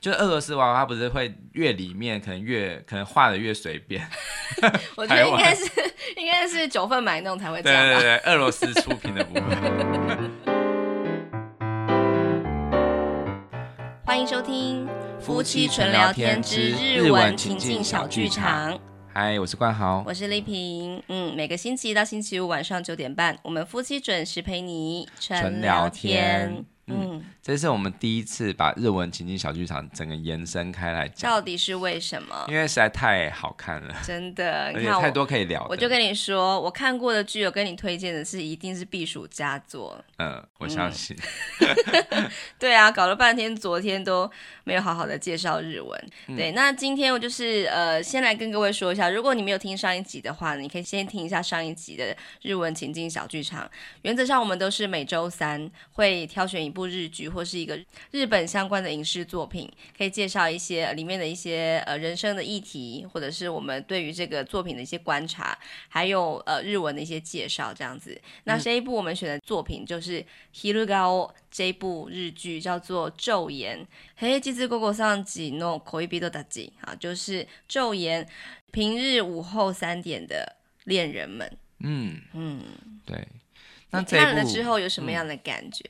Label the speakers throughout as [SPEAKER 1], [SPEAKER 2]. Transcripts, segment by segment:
[SPEAKER 1] 就是俄罗斯娃娃，它不是会越里面可能越可能画的越随 便，
[SPEAKER 2] 我觉得应该是 应该是九份买那种才会这
[SPEAKER 1] 对
[SPEAKER 2] 样吧。
[SPEAKER 1] 对对，俄罗斯出品 的部分。
[SPEAKER 2] 欢迎收听
[SPEAKER 1] 夫妻纯聊天之日文情境小剧场。 嗨，我是冠豪，
[SPEAKER 2] 我是丽萍，嗯，每个星期一到星期五晚上九点半，我们夫妻准时陪你
[SPEAKER 1] 纯聊
[SPEAKER 2] 聊
[SPEAKER 1] 天
[SPEAKER 2] 嗯，
[SPEAKER 1] 这是我们第一次把日文情境小剧场整个延伸开来讲，
[SPEAKER 2] 到底是为什么？
[SPEAKER 1] 因为实在太好看了，
[SPEAKER 2] 真的，
[SPEAKER 1] 而
[SPEAKER 2] 你
[SPEAKER 1] 且
[SPEAKER 2] 看
[SPEAKER 1] 太
[SPEAKER 2] 我，
[SPEAKER 1] 多可以聊的。
[SPEAKER 2] 我就跟你说，我看过的剧，我跟你推荐的是一定是避暑佳作。
[SPEAKER 1] 嗯，我相信。
[SPEAKER 2] 对啊，搞了半天，昨天都没有好好的介绍日文。对，那今天我就是呃，先来跟各位说一下，如果你没有听上一集的话，你可以先听一下上一集的日文情境小剧场。原则上，我们都是每周三会挑选一部日剧或是一个日本相关的影视作品，可以介绍一些呃里面的一些呃人生的议题，或者是我们对于这个作品的一些观察，还有呃日文的一些介绍这样子。那这一部我们选的作品就是《Hirugao》这一部日剧，叫做《昼颜》。嘿，这次 g o g o 上集 no koi b i d o d a j 啊，就是《昼颜》，平日午后三点的恋人们。
[SPEAKER 1] 嗯，
[SPEAKER 2] 嗯，
[SPEAKER 1] 对。那
[SPEAKER 2] 你
[SPEAKER 1] 这一
[SPEAKER 2] 看
[SPEAKER 1] 部
[SPEAKER 2] 了之后有什么样的感觉？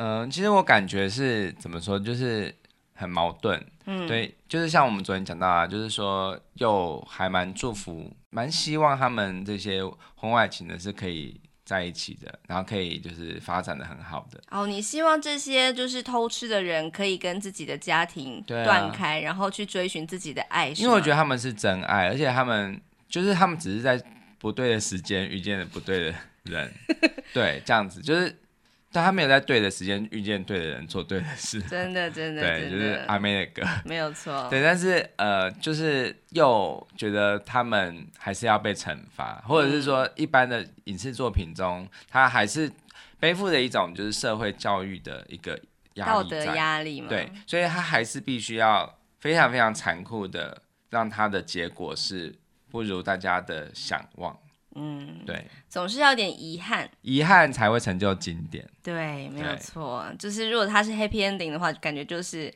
[SPEAKER 1] 嗯、其实我感觉是怎么说，就是很矛盾。
[SPEAKER 2] 嗯，
[SPEAKER 1] 对，就是像我们昨天讲到啊，就是说又还蛮祝福，蛮希望他们这些婚外情的是可以在一起的，然后可以就是发展的很好的。
[SPEAKER 2] 哦，你希望这些就是偷吃的人可以跟自己的家庭
[SPEAKER 1] 对啊
[SPEAKER 2] 断开，然后去追寻自己的爱，
[SPEAKER 1] 因为我觉
[SPEAKER 2] 得
[SPEAKER 1] 得他们是真爱，而且他们就是他们只是在不对的时间遇见了不对的 人，对，这样子就是，但他没有在对的时间遇见对的人，做对的事，
[SPEAKER 2] 真的真的
[SPEAKER 1] 对，就
[SPEAKER 2] 真
[SPEAKER 1] 是
[SPEAKER 2] 的、
[SPEAKER 1] 阿妹的歌，
[SPEAKER 2] 没有错。
[SPEAKER 1] 对，但是呃，就是又觉得他们还是要被惩罚，或者是
[SPEAKER 2] 嗯
[SPEAKER 1] 说一般的影视作品中，他还是背负着一种就是社会教育的一个压力
[SPEAKER 2] 道德
[SPEAKER 1] 在
[SPEAKER 2] 压力嘛，
[SPEAKER 1] 对，，所以他还是必须要非常非常残酷的，让他的结果是不如大家的想望。
[SPEAKER 2] 嗯，
[SPEAKER 1] 对，
[SPEAKER 2] 总是要有点遗憾。
[SPEAKER 1] 遗憾才会成就经典。
[SPEAKER 2] 对，没有
[SPEAKER 1] 对
[SPEAKER 2] 错，就是如果它是 happy ending 的话，感觉就是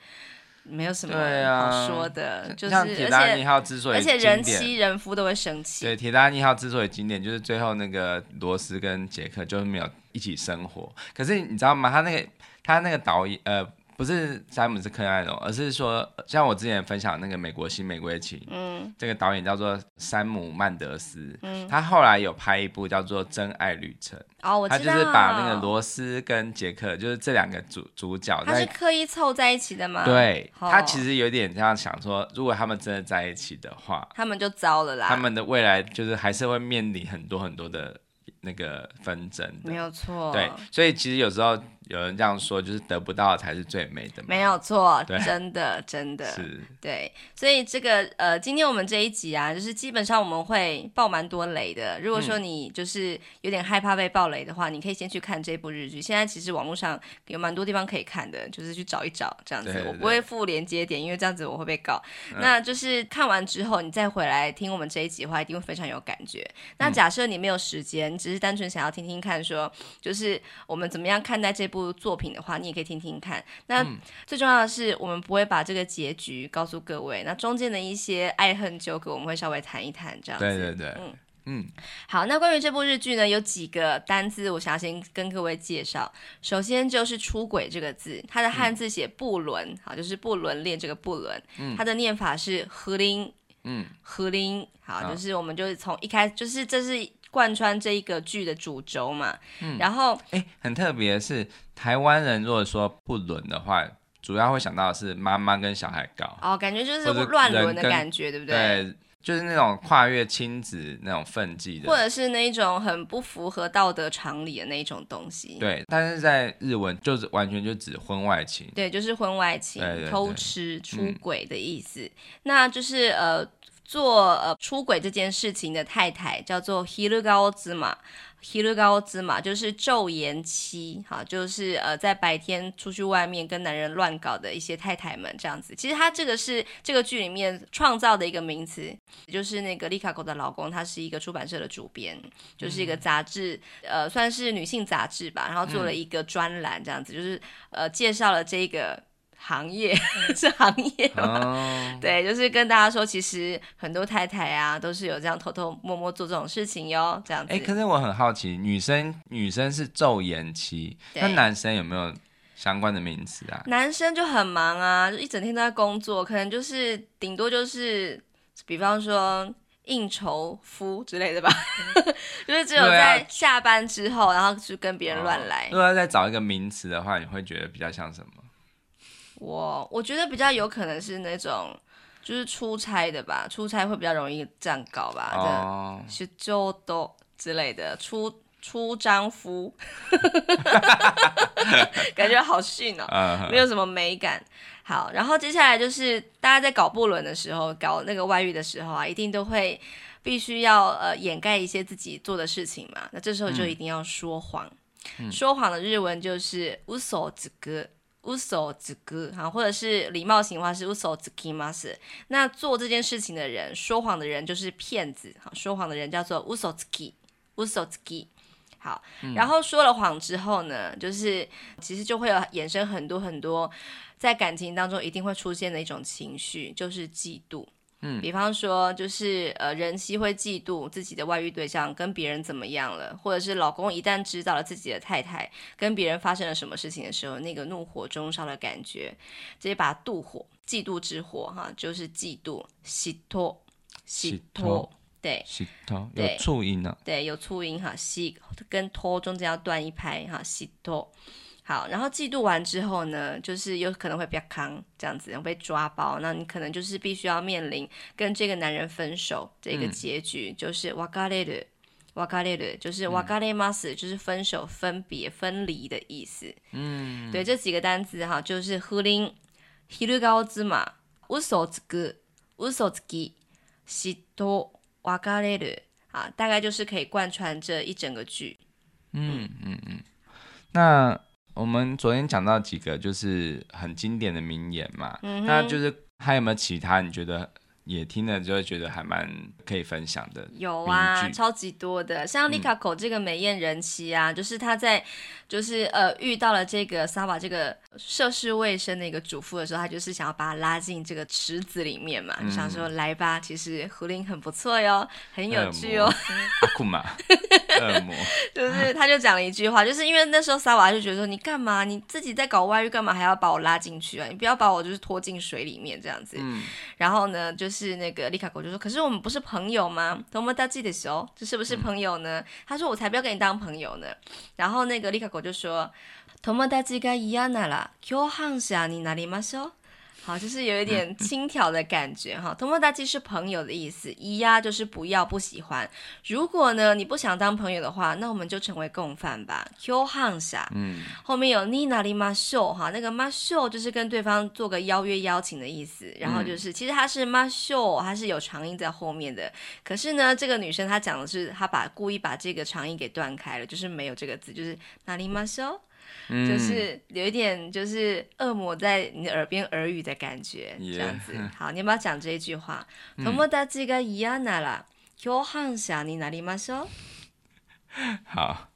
[SPEAKER 2] 没有什么
[SPEAKER 1] 对啊
[SPEAKER 2] 好说的，就是
[SPEAKER 1] 像
[SPEAKER 2] 而
[SPEAKER 1] 铁达尼
[SPEAKER 2] 且
[SPEAKER 1] 号之所以
[SPEAKER 2] 而且
[SPEAKER 1] 经
[SPEAKER 2] 人
[SPEAKER 1] 典
[SPEAKER 2] 妻人夫都会生气，
[SPEAKER 1] 对铁达尼号之所以经典，就是最后那个罗斯跟杰克就是没有一起生活。可是你知道吗？他那个他那个导演呃。不是詹姆斯·克莱隆，而是说，像我之前分享那个《美国新玫瑰情》，
[SPEAKER 2] 嗯
[SPEAKER 1] 这个导演叫做山姆·曼德斯，
[SPEAKER 2] 嗯，
[SPEAKER 1] 他后来有拍一部叫做《真爱旅程》，
[SPEAKER 2] 哦，我
[SPEAKER 1] 他
[SPEAKER 2] 知
[SPEAKER 1] 就
[SPEAKER 2] 道，
[SPEAKER 1] 是把那个罗斯跟杰克，就是这两个主主角
[SPEAKER 2] 他
[SPEAKER 1] 在。
[SPEAKER 2] 是刻意凑在一起的嘛，，
[SPEAKER 1] 对，
[SPEAKER 2] 哦
[SPEAKER 1] 他其实有点这样想说，如果他们真的在一起的话，
[SPEAKER 2] 他们就糟了啦，
[SPEAKER 1] 他们的未来就是还是会面临很多很多的那个纷争
[SPEAKER 2] 没
[SPEAKER 1] 的。
[SPEAKER 2] 有错，
[SPEAKER 1] 对，所以其实有时候有人这样说，就是得不到的才是最美的嘛。
[SPEAKER 2] 没有错，
[SPEAKER 1] 对
[SPEAKER 2] 真的真的
[SPEAKER 1] 是，
[SPEAKER 2] 对，所以这个呃，今天我们这一集啊，就是基本上我们会爆蛮多雷的。如果
[SPEAKER 1] 嗯
[SPEAKER 2] 说你就是有点害怕被爆雷的话，你可以先去看这部日剧。现在其实网络上有蛮多地方可以看的，就是去找一找这样子。
[SPEAKER 1] 对对
[SPEAKER 2] 我
[SPEAKER 1] 对
[SPEAKER 2] 不会附连接点，因为这样子我会被告。
[SPEAKER 1] 嗯
[SPEAKER 2] 那就是看完之后，你再回来听我们这一集的话，一定会非常有感觉。那
[SPEAKER 1] 嗯
[SPEAKER 2] 假设你没有时间，你只是单纯想要听听看说，就是我们怎么样看待这部作品的话，你也可以听听看。那
[SPEAKER 1] 嗯
[SPEAKER 2] 最重要的是，我们不会把这个结局告诉各位，那中间的一些爱恨纠葛，我们会稍微谈一谈这样子。
[SPEAKER 1] 对对对，
[SPEAKER 2] 嗯
[SPEAKER 1] 嗯
[SPEAKER 2] 好，那关于这部日剧呢，有几个单字我想要先跟各位介绍。首先就是“出轨”这个字，它的汉字写“不伦”，
[SPEAKER 1] 嗯
[SPEAKER 2] 好，就是不伦恋这个“不伦”，它的念法是“和林”，
[SPEAKER 1] 嗯，
[SPEAKER 2] 和林，好，
[SPEAKER 1] 啊
[SPEAKER 2] 就是我们就是从一开始，就是这是贯穿这一个剧的主轴嘛。然后
[SPEAKER 1] 哎、很特别的是，台湾人如果说不伦的话，主要会想到的是妈妈跟小孩搞。
[SPEAKER 2] 哦，感觉就是
[SPEAKER 1] 或者
[SPEAKER 2] 乱伦
[SPEAKER 1] 人
[SPEAKER 2] 的
[SPEAKER 1] 跟
[SPEAKER 2] 感觉，对不
[SPEAKER 1] 对，就是那种跨越亲子那种分际
[SPEAKER 2] 或
[SPEAKER 1] 的。
[SPEAKER 2] 者是那一种很不符合道德常理的那一种东西。
[SPEAKER 1] 对，但是在日文就是完全就指婚外 情。
[SPEAKER 2] 对，就是婚外情、
[SPEAKER 1] 对对对
[SPEAKER 2] 偷吃、出
[SPEAKER 1] 嗯
[SPEAKER 2] 轨的意思。那就是呃，做呃出轨这件事情的太太叫做 hirugao 之嘛。hirugao 之嘛，就是昼颜妻，哈，就是呃，在白天出去外面跟男人乱搞的一些太太们这样子。其实她这个是这个剧里面创造的一个名词，也就是那个丽卡狗的老公，他是一个出版社的主编，就是
[SPEAKER 1] 嗯
[SPEAKER 2] 一个杂志，呃，算是女性杂志吧，然后做了一个专栏这样子，就是呃介绍了这个。行业，
[SPEAKER 1] 嗯
[SPEAKER 2] 是行业吗？
[SPEAKER 1] 哦，
[SPEAKER 2] 对，就是跟大家说，其实很多太太啊，都是有这样偷偷摸摸做这种事情哟，这样子。
[SPEAKER 1] 哎，可是我很好奇，女生女生是昼颜期，
[SPEAKER 2] 对
[SPEAKER 1] 那男生有没有相关的名词啊？
[SPEAKER 2] 男生就很忙啊，就一整天都在工作，可能就是顶多就是，比方说应酬夫之类的吧， 就是只有
[SPEAKER 1] 嗯对啊
[SPEAKER 2] 在下班之后，然后去跟别人乱来
[SPEAKER 1] 哦。如果要再找一个名词的话，你会觉得比较像什么？
[SPEAKER 2] 我我觉得比较有可能是那种就是出差的吧，出差会比较容易这样搞吧，这
[SPEAKER 1] 哦，
[SPEAKER 2] 是就都之类的出。出张夫，感觉好逊哦。
[SPEAKER 1] 呃，
[SPEAKER 2] 没有什么美感。好，然后接下来就是大家在搞不伦的时候，搞那个外遇的时候啊，一定都会必须要呃掩盖一些自己做的事情嘛。那这时候就一定要说谎，说谎的日文就是乌索子哥。乌手子哥，好，或者是礼貌型的话是乌手子 k 吗？是那做这件事情的人，说谎的人就是骗子，好，说谎的人叫做乌手子 k 乌手子 k 好，然后说了谎之后呢，就是其实就会有衍生很多很多在感情当中一定会出现的一种情绪，就是嫉妒。
[SPEAKER 1] 嗯
[SPEAKER 2] 比方说，就是呃，人妻会嫉妒自己的外遇对象跟别人怎么样了，或者是老公一旦知道了自己的太太跟别人发生了什么事情的时候，那个怒火中烧的感觉，这一把妒火、嫉妒之火，哈，就是嫉妒、喜托、喜
[SPEAKER 1] 喜托
[SPEAKER 2] 托，对，
[SPEAKER 1] 洗头有
[SPEAKER 2] 对
[SPEAKER 1] 促音呢，
[SPEAKER 2] 对，有促音哈，西跟托中间要断一拍哈，西托。好，然后嫉妒完之后呢，就是有可能会比较康这样子，被抓包，那你可能就是必须要面临跟这个男人分手这个结局，就是瓦嘎列的。瓦嘎列的，就是瓦嘎列 mas，就是分手、分别、分离的意思。嗯，对，这几个单词哈，就是呼林、ひるがおつま、嘘つく、嘘つき、嫉妬、わかれる啊，大概就是可以贯穿这一整个剧。
[SPEAKER 1] 那我们昨天讲到几个就是很经典的名言嘛，
[SPEAKER 2] 嗯
[SPEAKER 1] 那就是还有没有其他你觉得也听了就会觉得还蛮可以分享的？
[SPEAKER 2] 有
[SPEAKER 1] 名
[SPEAKER 2] 啊，
[SPEAKER 1] 句
[SPEAKER 2] 超级多的，像 l i k a k o 这个美艳人妻
[SPEAKER 1] 嗯
[SPEAKER 2] 啊，就是她在就是呃遇到了这个 Sava 这个涉世未深的一个主妇的时候，她就是想要把她拉进这个池子里面嘛，就想说
[SPEAKER 1] 嗯
[SPEAKER 2] 来吧，其实胡林很不错哟，很有趣哦
[SPEAKER 1] 恶。魔，阿库玛，恶魔，
[SPEAKER 2] 就是他就讲了一句话，就是因为那时候萨瓦就觉得说你干嘛，你自己在搞外遇，干嘛还要把我拉进去啊？你不要把我就是拖进水里面这样子。
[SPEAKER 1] 嗯
[SPEAKER 2] 然后呢，就是那个丽卡狗就说，可是我们不是朋友吗？我们大记的时候，这是不是朋友呢？他说我才不要跟你当朋友呢。然后那个丽卡狗就说，友達が嫌なら共犯者になりましょう。好，就是有一点轻佻的感觉哈。友達是朋友的意思，一呀就是不要不喜欢。如果呢你不想当朋友的话，那我们就成为共犯吧。Q 汉傻，
[SPEAKER 1] 嗯，
[SPEAKER 2] 后面有你哪里马秀哈，那个马秀就是跟对方做个邀约邀请的意思，然后就是、其实它是马秀，它是有长音在后面的，可是呢这个女生她讲的是她把故意把这个长音给断开了，就是没有这个字，就是哪里马秀。
[SPEAKER 1] 嗯
[SPEAKER 2] 就是有一点就是恶魔在你的耳边耳语的感觉
[SPEAKER 1] Yeah
[SPEAKER 2] 这样子。好，你要不要讲这一句话？友達が嫌なら共犯者になりましょう。
[SPEAKER 1] 好。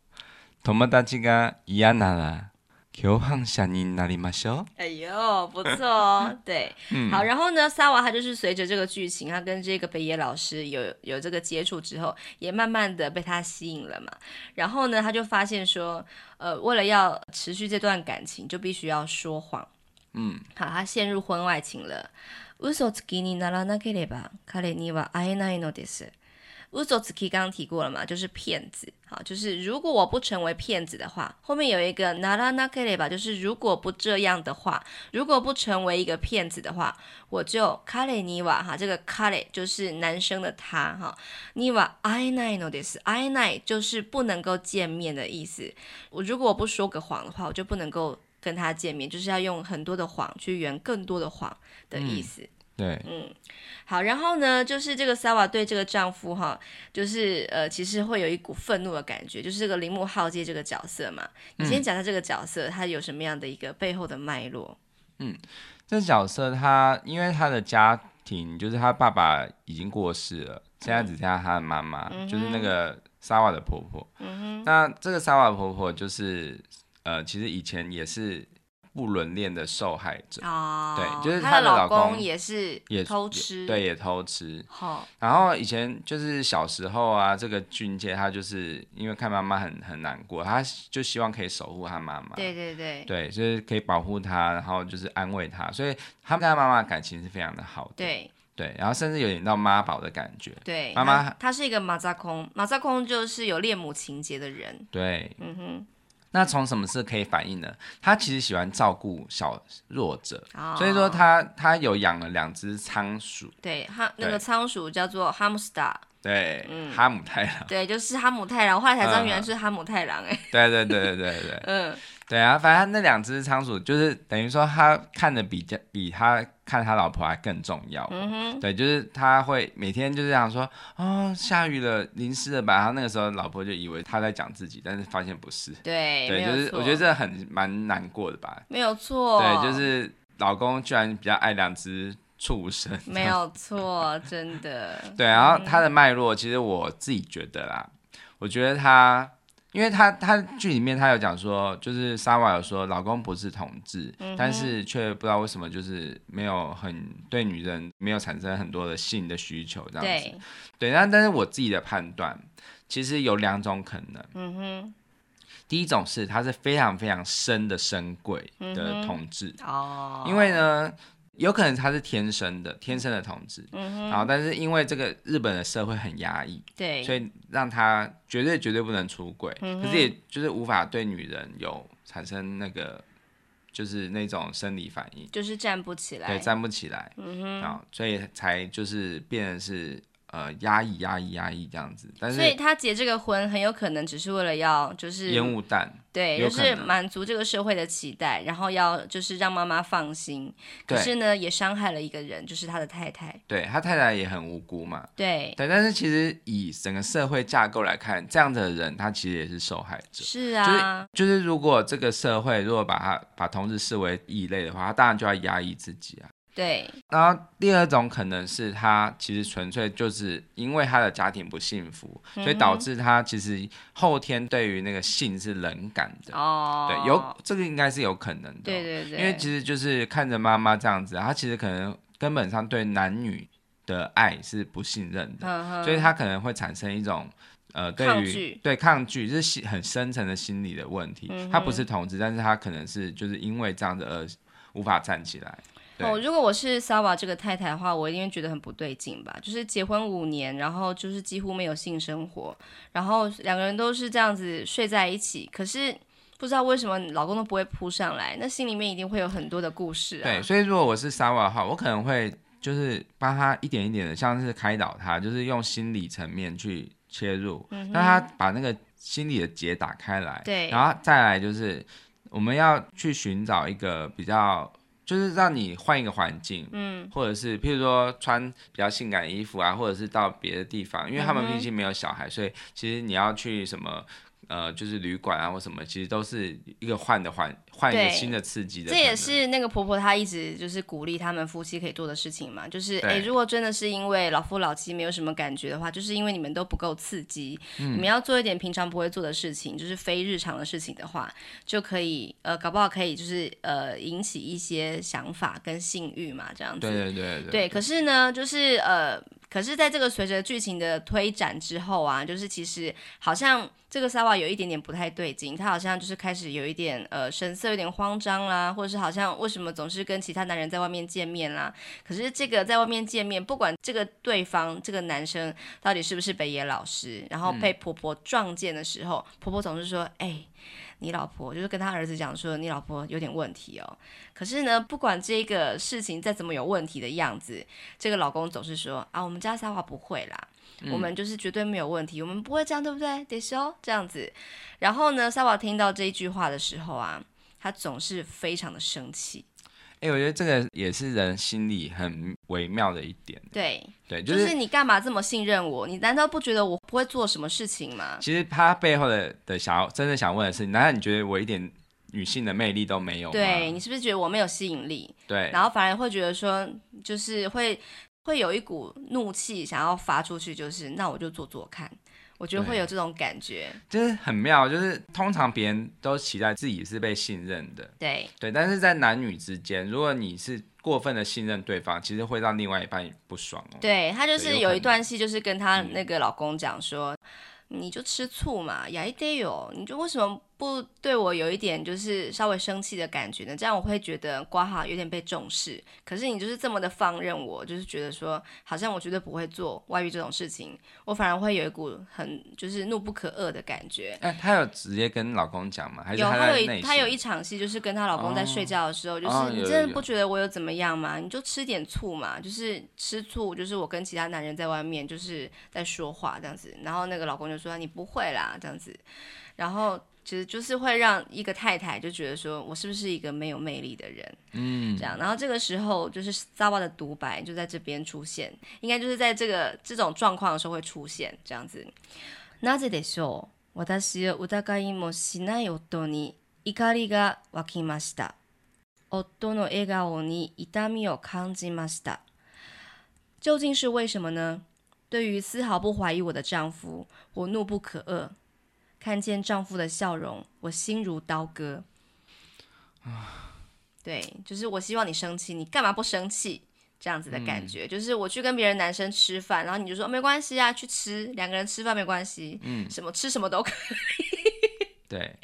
[SPEAKER 1] 友達が嫌なら共犯者になりましょう。
[SPEAKER 2] 哎呦，不错哦，对，好，然后呢，萨瓦他就是随着这个剧情，他啊跟这个北野老师有有这个接触之后，也慢慢的被他吸引了嘛。然后呢，他就发现说，呃，为了要持续这段感情，就必须要说谎。
[SPEAKER 1] 嗯，
[SPEAKER 2] 好，他陷入婚外情了。嘘つきにならなければ彼には会えないのです。嘘つき刚刚提过了嘛，就是骗子。好，就是如果我不成为骗子的话，后面有一个ならなければ，就是如果不这样的话，如果不成为一个骗子的话，我就彼には哈，这个彼就是男生的他哈，には会えないのです。会えない就是不能够见面的意思。我如果我不说个谎的话，我就不能够跟他见面，就是要用很多的谎去圆更多的谎的意思。
[SPEAKER 1] 对，
[SPEAKER 2] 好，然后呢，就是这个萨瓦对这个丈夫哈，就是呃，其实会有一股愤怒的感觉，就是这个铃木浩介这个角色嘛。你
[SPEAKER 1] 嗯
[SPEAKER 2] 先讲一下这个角色，他有什么样的一个背后的脉络？
[SPEAKER 1] 这角色他因为他的家庭就是他爸爸已经过世
[SPEAKER 2] 嗯
[SPEAKER 1] 了，现在只剩下他的妈妈，就是那个沙瓦的婆婆。
[SPEAKER 2] 嗯
[SPEAKER 1] 那这个沙瓦婆婆就是呃，其实以前也是不伦恋的受害者，
[SPEAKER 2] 哦，
[SPEAKER 1] 对就是
[SPEAKER 2] 她
[SPEAKER 1] 她
[SPEAKER 2] 的
[SPEAKER 1] 的老
[SPEAKER 2] 公
[SPEAKER 1] 公
[SPEAKER 2] 也是
[SPEAKER 1] 也
[SPEAKER 2] 偷吃，
[SPEAKER 1] 对，，也偷吃。
[SPEAKER 2] 好，
[SPEAKER 1] 然后以前就是小时候啊，这个俊介他就是因为看妈妈很很难过，他就希望可以守护他妈妈，
[SPEAKER 2] 对对对
[SPEAKER 1] 对，就是可以保护他，然后就是安慰他，所以他跟他妈妈的感情是非常的好的，
[SPEAKER 2] 对
[SPEAKER 1] 对然后甚至有点到妈宝的感觉，
[SPEAKER 2] 对，
[SPEAKER 1] 妈妈
[SPEAKER 2] 她她是一个马扎空，马扎空就是有恋母情节的人，
[SPEAKER 1] 对。
[SPEAKER 2] 嗯哼，
[SPEAKER 1] 那从什么事可以反映呢？他其实喜欢照顾小弱者，
[SPEAKER 2] 哦
[SPEAKER 1] 所以说他他有养了两只仓鼠，
[SPEAKER 2] 对哈那
[SPEAKER 1] 对啊
[SPEAKER 2] 个仓鼠叫做哈姆斯塔，
[SPEAKER 1] 对，
[SPEAKER 2] 嗯
[SPEAKER 1] 哈姆太郎，
[SPEAKER 2] 对，就是哈姆太郎，后来才知道
[SPEAKER 1] 嗯
[SPEAKER 2] 原来是哈姆太郎，哎，
[SPEAKER 1] 对对对对对对
[SPEAKER 2] 嗯，
[SPEAKER 1] 对啊，反正他那两只仓鼠就是等于说他看的比较比他看他老婆还更重要，
[SPEAKER 2] 嗯哼，
[SPEAKER 1] 对，就是他会每天就这样说，哦，下雨了，淋湿了吧？他那个时候老婆就以为他在讲自己，但是发现不是，
[SPEAKER 2] 对，没
[SPEAKER 1] 对，就
[SPEAKER 2] 有
[SPEAKER 1] 是
[SPEAKER 2] 错，
[SPEAKER 1] 我觉得这很蛮难过的吧，
[SPEAKER 2] 没有错，
[SPEAKER 1] 对，就是老公居然比较爱两只畜生，
[SPEAKER 2] 没有错，真的，
[SPEAKER 1] 对，然后他的脉络，其实我自己觉得啦，我觉得他，因为他他剧里面他有讲说，就是沙瓦有说老公不是同志，
[SPEAKER 2] 嗯
[SPEAKER 1] 但是却不知道为什么就是没有很对女人没有产生很多的性的需求这样子。
[SPEAKER 2] 对，
[SPEAKER 1] 对，那但是我自己的判断，其实有两种可能。
[SPEAKER 2] 嗯哼，
[SPEAKER 1] 第一种是他是非常非常深的深贵
[SPEAKER 2] 嗯
[SPEAKER 1] 的
[SPEAKER 2] 哼
[SPEAKER 1] 同志，
[SPEAKER 2] 哦，
[SPEAKER 1] 因为呢，有可能他是天生的，天生的同志，
[SPEAKER 2] 嗯
[SPEAKER 1] 然后但是因为这个日本的社会很压抑，
[SPEAKER 2] 对，嗯
[SPEAKER 1] 所以让他绝对绝对不能出轨，可是也就是无法对女人有产生那个就是那种生理反应，
[SPEAKER 2] 就是站不起来，嗯
[SPEAKER 1] 对，站啊不起来，然后所以才就是变成是呃压抑压抑压抑这样子，但
[SPEAKER 2] 所以
[SPEAKER 1] 是
[SPEAKER 2] 他结这个婚很有可能只是为了要就是
[SPEAKER 1] 烟雾弹。
[SPEAKER 2] 对，
[SPEAKER 1] 有
[SPEAKER 2] 就
[SPEAKER 1] 可
[SPEAKER 2] 是
[SPEAKER 1] 能
[SPEAKER 2] 满足这个社会的期待，然后要就是让妈妈放心。可
[SPEAKER 1] 对
[SPEAKER 2] 是呢，也伤害了一个人，就是他的太太。
[SPEAKER 1] 对他太太也很无辜嘛，
[SPEAKER 2] 对，
[SPEAKER 1] 对，但是其实以整个社会架构来看，这样的人他其实也是受害者。
[SPEAKER 2] 是啊，
[SPEAKER 1] 就是如果这个社会如果把他把同志视为异类的话，他当然就要压抑自己啊。
[SPEAKER 2] 对，
[SPEAKER 1] 然后第二种可能是他其实纯粹就是因为他的家庭不幸福，所以
[SPEAKER 2] 嗯
[SPEAKER 1] 导致他其实后天对于那个性是冷感的。
[SPEAKER 2] 哦，
[SPEAKER 1] 对，有这个应该是有可能的哦、
[SPEAKER 2] 对对对，
[SPEAKER 1] 因为其实就是看着妈妈这样子，他其实可能根本上对男女的爱是不信任的，
[SPEAKER 2] 嗯哼
[SPEAKER 1] 所以他可能会产生一种呃对
[SPEAKER 2] 抗
[SPEAKER 1] 于
[SPEAKER 2] 拒嗯
[SPEAKER 1] 对抗拒，就是心很深层的心理的问题。他不是同志，但是他可能是就是因为这样子而无法站起来。对
[SPEAKER 2] 哦，如果我是 Sava 这个太太的话，我一定会觉得很不对劲吧？就是结婚五年，然后就是几乎没有性生活，然后两个人都是这样子睡在一起，可是不知道为什么老公都不会扑上来，那心里面一定会有很多的故事啊。
[SPEAKER 1] 对，所以如果我是沙瓦的话，我可能会就是帮他一点一点的，像是开导他，就是用心理层面去切入，让他把那个心理的结打开来。
[SPEAKER 2] 嗯对
[SPEAKER 1] 然后再来就是我们要去寻找一个比较。就是让你换一个环境，嗯，或者是譬如说穿比较性感的衣服啊，或者是到别的地方，因为他
[SPEAKER 2] 嗯
[SPEAKER 1] 们毕竟没有小孩，所以其实你要去什么，呃，就是旅馆啊或什么，其实都是一个换的环，换一
[SPEAKER 2] 对
[SPEAKER 1] 个新的刺激的可
[SPEAKER 2] 这
[SPEAKER 1] 能。
[SPEAKER 2] 也是那个婆婆她一直就是鼓励他们夫妻可以做的事情嘛，就是
[SPEAKER 1] 对
[SPEAKER 2] 诶，如果真的是因为老夫老妻没有什么感觉的话，就是因为你们都不够刺激，
[SPEAKER 1] 嗯
[SPEAKER 2] 你们要做一点平常不会做的事情，就是非日常的事情的话，就可以呃，搞不好可以就是呃引起一些想法跟性欲嘛，这样子。
[SPEAKER 1] 对对对对
[SPEAKER 2] 对，可是呢，就是呃，可是在这个随着剧情的推展之后啊，就是其实好像这个萨瓦有一点点不太对劲，他好像就是开始有一点呃神色有点慌张啦，或者是好像为什么总是跟其他男人在外面见面啦？可是这个在外面见面，不管这个对方这个男生到底是不是北野老师，然
[SPEAKER 1] 嗯
[SPEAKER 2] 后被婆婆撞见的时候，婆婆总是说，哎、你老婆就是跟他儿子讲说，你老婆有点问题哦。可是呢，不管这个事情再怎么有问题的样子，这个老公总是说啊，我们家撒谎不会啦，我们就是绝对没有问题，我们不会这样，对不对？得修这样子。然后呢，撒谎听到这一句话的时候啊，他总是非常的生气。
[SPEAKER 1] 哎、我觉得这个也是人心里很微妙的一点，
[SPEAKER 2] 对，
[SPEAKER 1] 对，就、
[SPEAKER 2] 就是是你干嘛这么信任我？你难道不觉得我不会做什么事情吗？
[SPEAKER 1] 其实他背后的的想要真正想问的是，难道你觉得我一点女性的魅力都没有吗？
[SPEAKER 2] 对你是不是觉得我没有吸引力？
[SPEAKER 1] 对
[SPEAKER 2] 然后反而会觉得说，就是会会有一股怒气想要发出去，就是那我就做做看，我觉得会有这种感觉。
[SPEAKER 1] 就是很妙，就是通常别人都期待自己是被信任的，
[SPEAKER 2] 对，
[SPEAKER 1] 对，但是在男女之间，如果你是过分的信任对方，其实会让另外一半不爽哦。
[SPEAKER 2] 对她就
[SPEAKER 1] 对
[SPEAKER 2] 是
[SPEAKER 1] 有
[SPEAKER 2] 有
[SPEAKER 1] 可
[SPEAKER 2] 一
[SPEAKER 1] 能嗯
[SPEAKER 2] 段戏，就是跟她那个老公讲说，你就吃醋嘛，呀一得有，你就为什么不对我有一点就是稍微生气的感觉呢？这样我会觉得挂号有点被重视。可是你就是这么的放任我，就是觉得说，好像我绝对不会做外遇这种事情，我反而会有一股很就是怒不可遏的感觉。
[SPEAKER 1] 哎、她有直接跟老公讲吗？还是
[SPEAKER 2] 有，她
[SPEAKER 1] 在
[SPEAKER 2] 有
[SPEAKER 1] 内
[SPEAKER 2] 一
[SPEAKER 1] 心？
[SPEAKER 2] 她有一场戏，就是跟她老公在睡觉的时候，就是
[SPEAKER 1] 哦
[SPEAKER 2] 你
[SPEAKER 1] 有
[SPEAKER 2] 真
[SPEAKER 1] 有
[SPEAKER 2] 的
[SPEAKER 1] 有
[SPEAKER 2] 不觉得我有怎么样吗？你就吃点醋嘛，就是吃醋，就是我跟其他男人在外面就是在说话这样子，然后那个老公就说啊你不会啦这样子，然后其实就是会让一个太太就觉得说我是不是一个没有魅力的人，嗯，这样，然后这个时候就是撒巴的独白就在这边出现，应该就是在这个这种状况的时候会出现这样子。なぜでしょう。私を疑いもしない夫に怒りが湧きました。夫の笑顔に痛みを感じました。究竟是为什么呢？对于丝毫不怀疑我的丈夫，我怒不可遏。看见丈夫的笑容，我心如刀割。对，就是我希望你生气，你干嘛不生气？这样子的感觉，就是我去跟别人男生吃饭，然后你就说没关系啊，去吃，两个人吃饭没关系，嗯，什么吃什么都可以。
[SPEAKER 1] 对，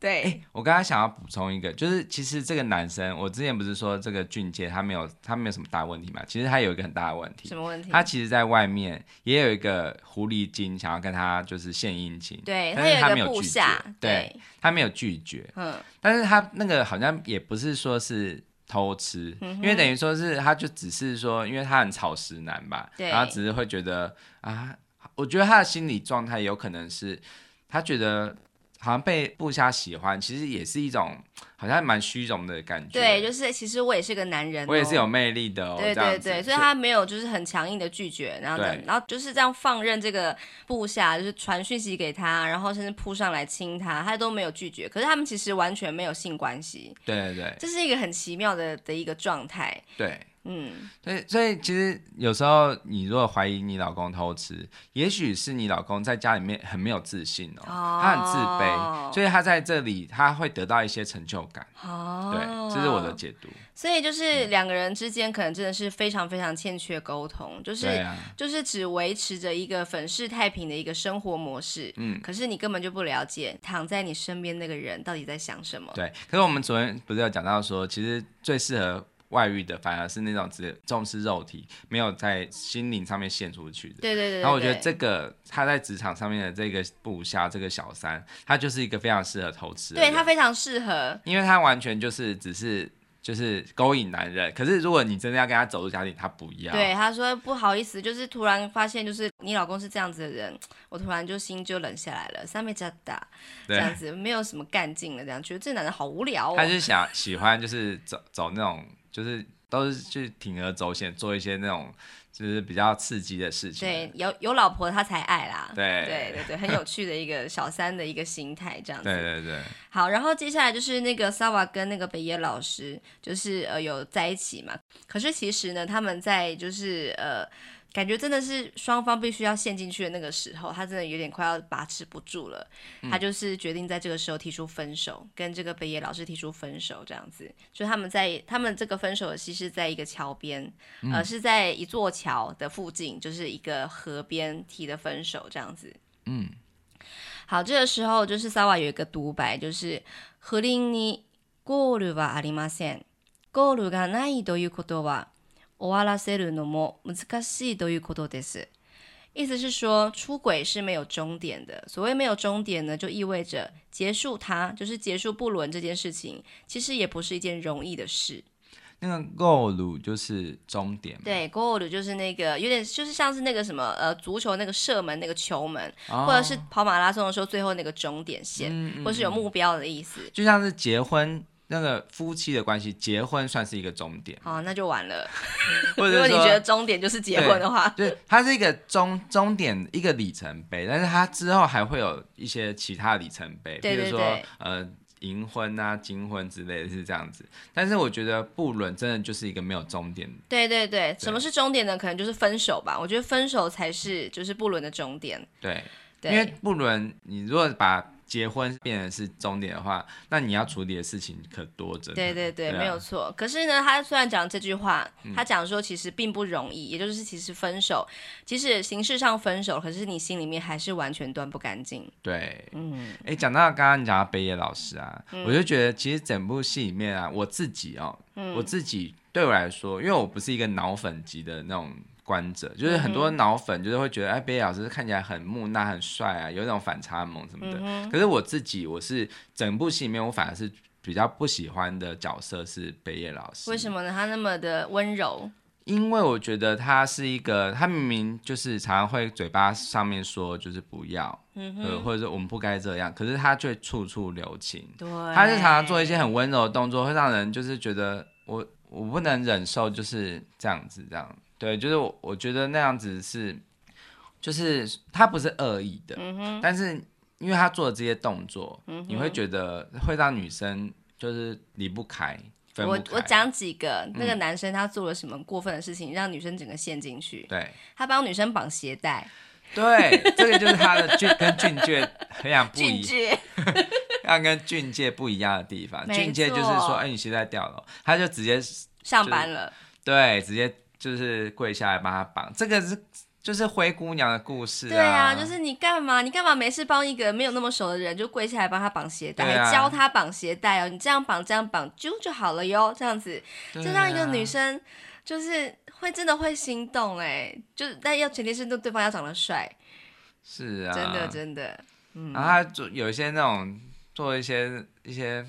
[SPEAKER 2] 对，
[SPEAKER 1] 我刚刚想要补充一个，就是其实这个男生，我之前不是说这个俊介他没有他没有什么大问题嘛，其实他有一个很大的问题
[SPEAKER 2] 什，么问题？
[SPEAKER 1] 他其实在外面也有一个狐狸精想要跟他就是献殷勤，
[SPEAKER 2] 对
[SPEAKER 1] 但是
[SPEAKER 2] 有
[SPEAKER 1] 他
[SPEAKER 2] 一
[SPEAKER 1] 没
[SPEAKER 2] 个
[SPEAKER 1] 有
[SPEAKER 2] 部
[SPEAKER 1] 拒
[SPEAKER 2] 下
[SPEAKER 1] 绝，
[SPEAKER 2] 对，
[SPEAKER 1] 他没有拒绝，
[SPEAKER 2] 嗯，
[SPEAKER 1] 但是他那个好像也不是说是。偷吃，
[SPEAKER 2] 嗯
[SPEAKER 1] 因为等于说是，他就只是说，因为他很草食男吧，
[SPEAKER 2] 对
[SPEAKER 1] 然后只是会觉得啊，我觉得他的心理状态有可能是，他觉得好像被部下喜欢，其实也是一种好像蛮虚荣的感觉。
[SPEAKER 2] 对，就是其实我也是个男人、
[SPEAKER 1] 我也是有。魅力的哦，
[SPEAKER 2] 对
[SPEAKER 1] 这样
[SPEAKER 2] 对
[SPEAKER 1] 子
[SPEAKER 2] 对，所以他没有就是很强硬的拒绝，然后等
[SPEAKER 1] 对
[SPEAKER 2] 然后就是这样放任这个部下就是传讯息给他，然后甚至扑上来亲他，他都没有拒绝。可是他们其实完全没有性关系，
[SPEAKER 1] 对对对
[SPEAKER 2] 这是一个很奇妙的的一个状态。
[SPEAKER 1] 对。
[SPEAKER 2] 嗯，
[SPEAKER 1] 所以，所以其实有时候你如果怀疑你老公偷吃，也许是你老公在家里面很没有自信哦，
[SPEAKER 2] 哦
[SPEAKER 1] 他很自卑，所以他在这里他会得到一些成就感。
[SPEAKER 2] 哦，
[SPEAKER 1] 对，这是我的嗯解读。
[SPEAKER 2] 所以就是两个人之间可能真的是非常非常欠缺沟通，就是
[SPEAKER 1] 对啊，
[SPEAKER 2] 就是只维持着一个粉饰太平的一个生活模式，嗯，可是你根本就不了解躺在你身边那个人到底在想什么，
[SPEAKER 1] 对。可是我们昨天不是有讲到说，其实最适合外遇的反而是那种只重视肉体，没有在心灵上面献出去的。
[SPEAKER 2] 对对对对
[SPEAKER 1] 然后我觉得
[SPEAKER 2] 对
[SPEAKER 1] 这个他在职场上面的这个部下，这个小三，他就是一个非常适合偷吃的
[SPEAKER 2] 对
[SPEAKER 1] 人。
[SPEAKER 2] 他非常适合，
[SPEAKER 1] 因为他完全就是只是就是勾引男人。可是如果你真的要跟他走入家庭，他不要。
[SPEAKER 2] 对他说不好意思，就是突然发现就是你老公是这样子的人，我突然就心就冷下来了，三倍加大这
[SPEAKER 1] 对
[SPEAKER 2] 样子没有什么干劲了，这样觉得这男人好无聊哦，
[SPEAKER 1] 他就是想喜欢就是走走那种就是都是去铤而走险，做一些那种就是比较刺激的事情。
[SPEAKER 2] 对有有老婆他才爱啦，
[SPEAKER 1] 对
[SPEAKER 2] 对对对，很有趣的一个小三的一个心态这样子，
[SPEAKER 1] 对对对
[SPEAKER 2] 好，然后接下来就是那个萨瓦跟那个北野老师，就是呃有在一起嘛。可是其实呢，他们在就是呃，感觉真的是双方必须要陷进去的那个时候，他真的有点快要把持不住了。他就是决定在这个时候提出分手，跟这个北野老师提出分手，这样子。就他们在他们这个分手的戏是在一个桥边，呃，是在一座桥的附近，就是一个河边提的分手这样子。好，这个时候就是萨瓦有一个独白，就是“不倫にゴールはありません。ゴールがないということは終わらせるのも難しいということです。”意思是说，出轨是没有终点的。所谓没有终点呢，就意味着结束它，就是结束不伦这件事情，其实也不是一件容易的事。
[SPEAKER 1] 那个 goal 就是终点嘛。
[SPEAKER 2] 对，goal 就是那个有点就是像是那个什么呃足球那个射门那个球门，
[SPEAKER 1] 哦嗯
[SPEAKER 2] 或者是跑马拉松的时候最后那个终点线，或是有目标的意思。
[SPEAKER 1] 就像是结婚。那个夫妻的关系，结婚算是一个终点，
[SPEAKER 2] 好，那就完了。
[SPEAKER 1] 或
[SPEAKER 2] 如
[SPEAKER 1] 者
[SPEAKER 2] 果
[SPEAKER 1] 是
[SPEAKER 2] 你
[SPEAKER 1] 说
[SPEAKER 2] 觉得终点就是结婚的 话，
[SPEAKER 1] 就是它是一个终终点一个里程碑，但是它之后还会有一些其他的里程碑，
[SPEAKER 2] 对
[SPEAKER 1] 比如
[SPEAKER 2] 对
[SPEAKER 1] 说
[SPEAKER 2] 对
[SPEAKER 1] 呃银婚啊、金婚之类的是这样子。但是我觉得不伦真的就是一个没有终点，
[SPEAKER 2] 对对对，什么是终点呢？可能就是分手吧。我觉得分手才是就是不伦的终点。
[SPEAKER 1] 对因为
[SPEAKER 2] 对，
[SPEAKER 1] 不论你如果把结婚变成是终点的话，那你要处理的事情可多着呢。
[SPEAKER 2] 对对对，
[SPEAKER 1] 啊嗯
[SPEAKER 2] 没有错。可是呢，他虽然讲这句话，他讲说其实并不容易，也就是其实分手，即使形式上分手，可是你心里面还是完全断不干净。
[SPEAKER 1] 对，
[SPEAKER 2] 嗯，
[SPEAKER 1] 哎，讲到刚刚你讲到北野老师啊，我就觉得其实整部戏里面啊，我自己哦，
[SPEAKER 2] 嗯
[SPEAKER 1] 我自己对我来说，因为我不是一个脑粉级的那种观者，就是很
[SPEAKER 2] 嗯
[SPEAKER 1] 多脑粉就是会觉得，哎、北野老师看起来很木讷、很帅啊，有那种反差萌什么
[SPEAKER 2] 嗯
[SPEAKER 1] 的。可是我自己，我是整部戏里面，我反而是比较不喜欢的角色是北野老师。
[SPEAKER 2] 为什么呢？他那么的温柔，
[SPEAKER 1] 因为我觉得他是一个，他明明就是常常会嘴巴上面说就是不要，
[SPEAKER 2] 嗯
[SPEAKER 1] 呃，或者说我们不该这样，可是他却处处留情，
[SPEAKER 2] 对，
[SPEAKER 1] 他是常常做一些很温柔的动作，会让人就是觉得我我不能忍受就是这样子这样，对，就是我我觉得那样子是，就是他不是恶意的，
[SPEAKER 2] 嗯
[SPEAKER 1] 但是因为他做的这些动作，你会觉得会让女生就是离不开，分不
[SPEAKER 2] 我
[SPEAKER 1] 开嗯
[SPEAKER 2] 我讲几个，那个男生他做了什么过分的事情，让女生整个陷进去？
[SPEAKER 1] 对。
[SPEAKER 2] 他帮女生绑鞋带，
[SPEAKER 1] 对，这个就是他的俊跟俊介非常不
[SPEAKER 2] 拒
[SPEAKER 1] 一，
[SPEAKER 2] 绝，
[SPEAKER 1] 要跟俊介不一样的地方。
[SPEAKER 2] 没
[SPEAKER 1] 俊介就是
[SPEAKER 2] 错
[SPEAKER 1] 说，哎、你鞋带掉了，他就直接
[SPEAKER 2] 上班了，
[SPEAKER 1] 对，直接就是跪下来帮他绑。这个是就是灰姑娘的故事、
[SPEAKER 2] 对
[SPEAKER 1] 啊，
[SPEAKER 2] 啊，就是你干嘛？你干嘛没事帮一个没有那么熟的人就跪下来帮他绑鞋带，
[SPEAKER 1] 对啊
[SPEAKER 2] 还教他绑鞋带哦？你这样绑这样绑揪就好了哟，这样子，
[SPEAKER 1] 对啊
[SPEAKER 2] 这让一个女生就是会真的会心动哎、就是但要前提是对对方要长得帅，
[SPEAKER 1] 是啊，
[SPEAKER 2] 真的真的，嗯
[SPEAKER 1] 然后他做有一些那种做一些一些。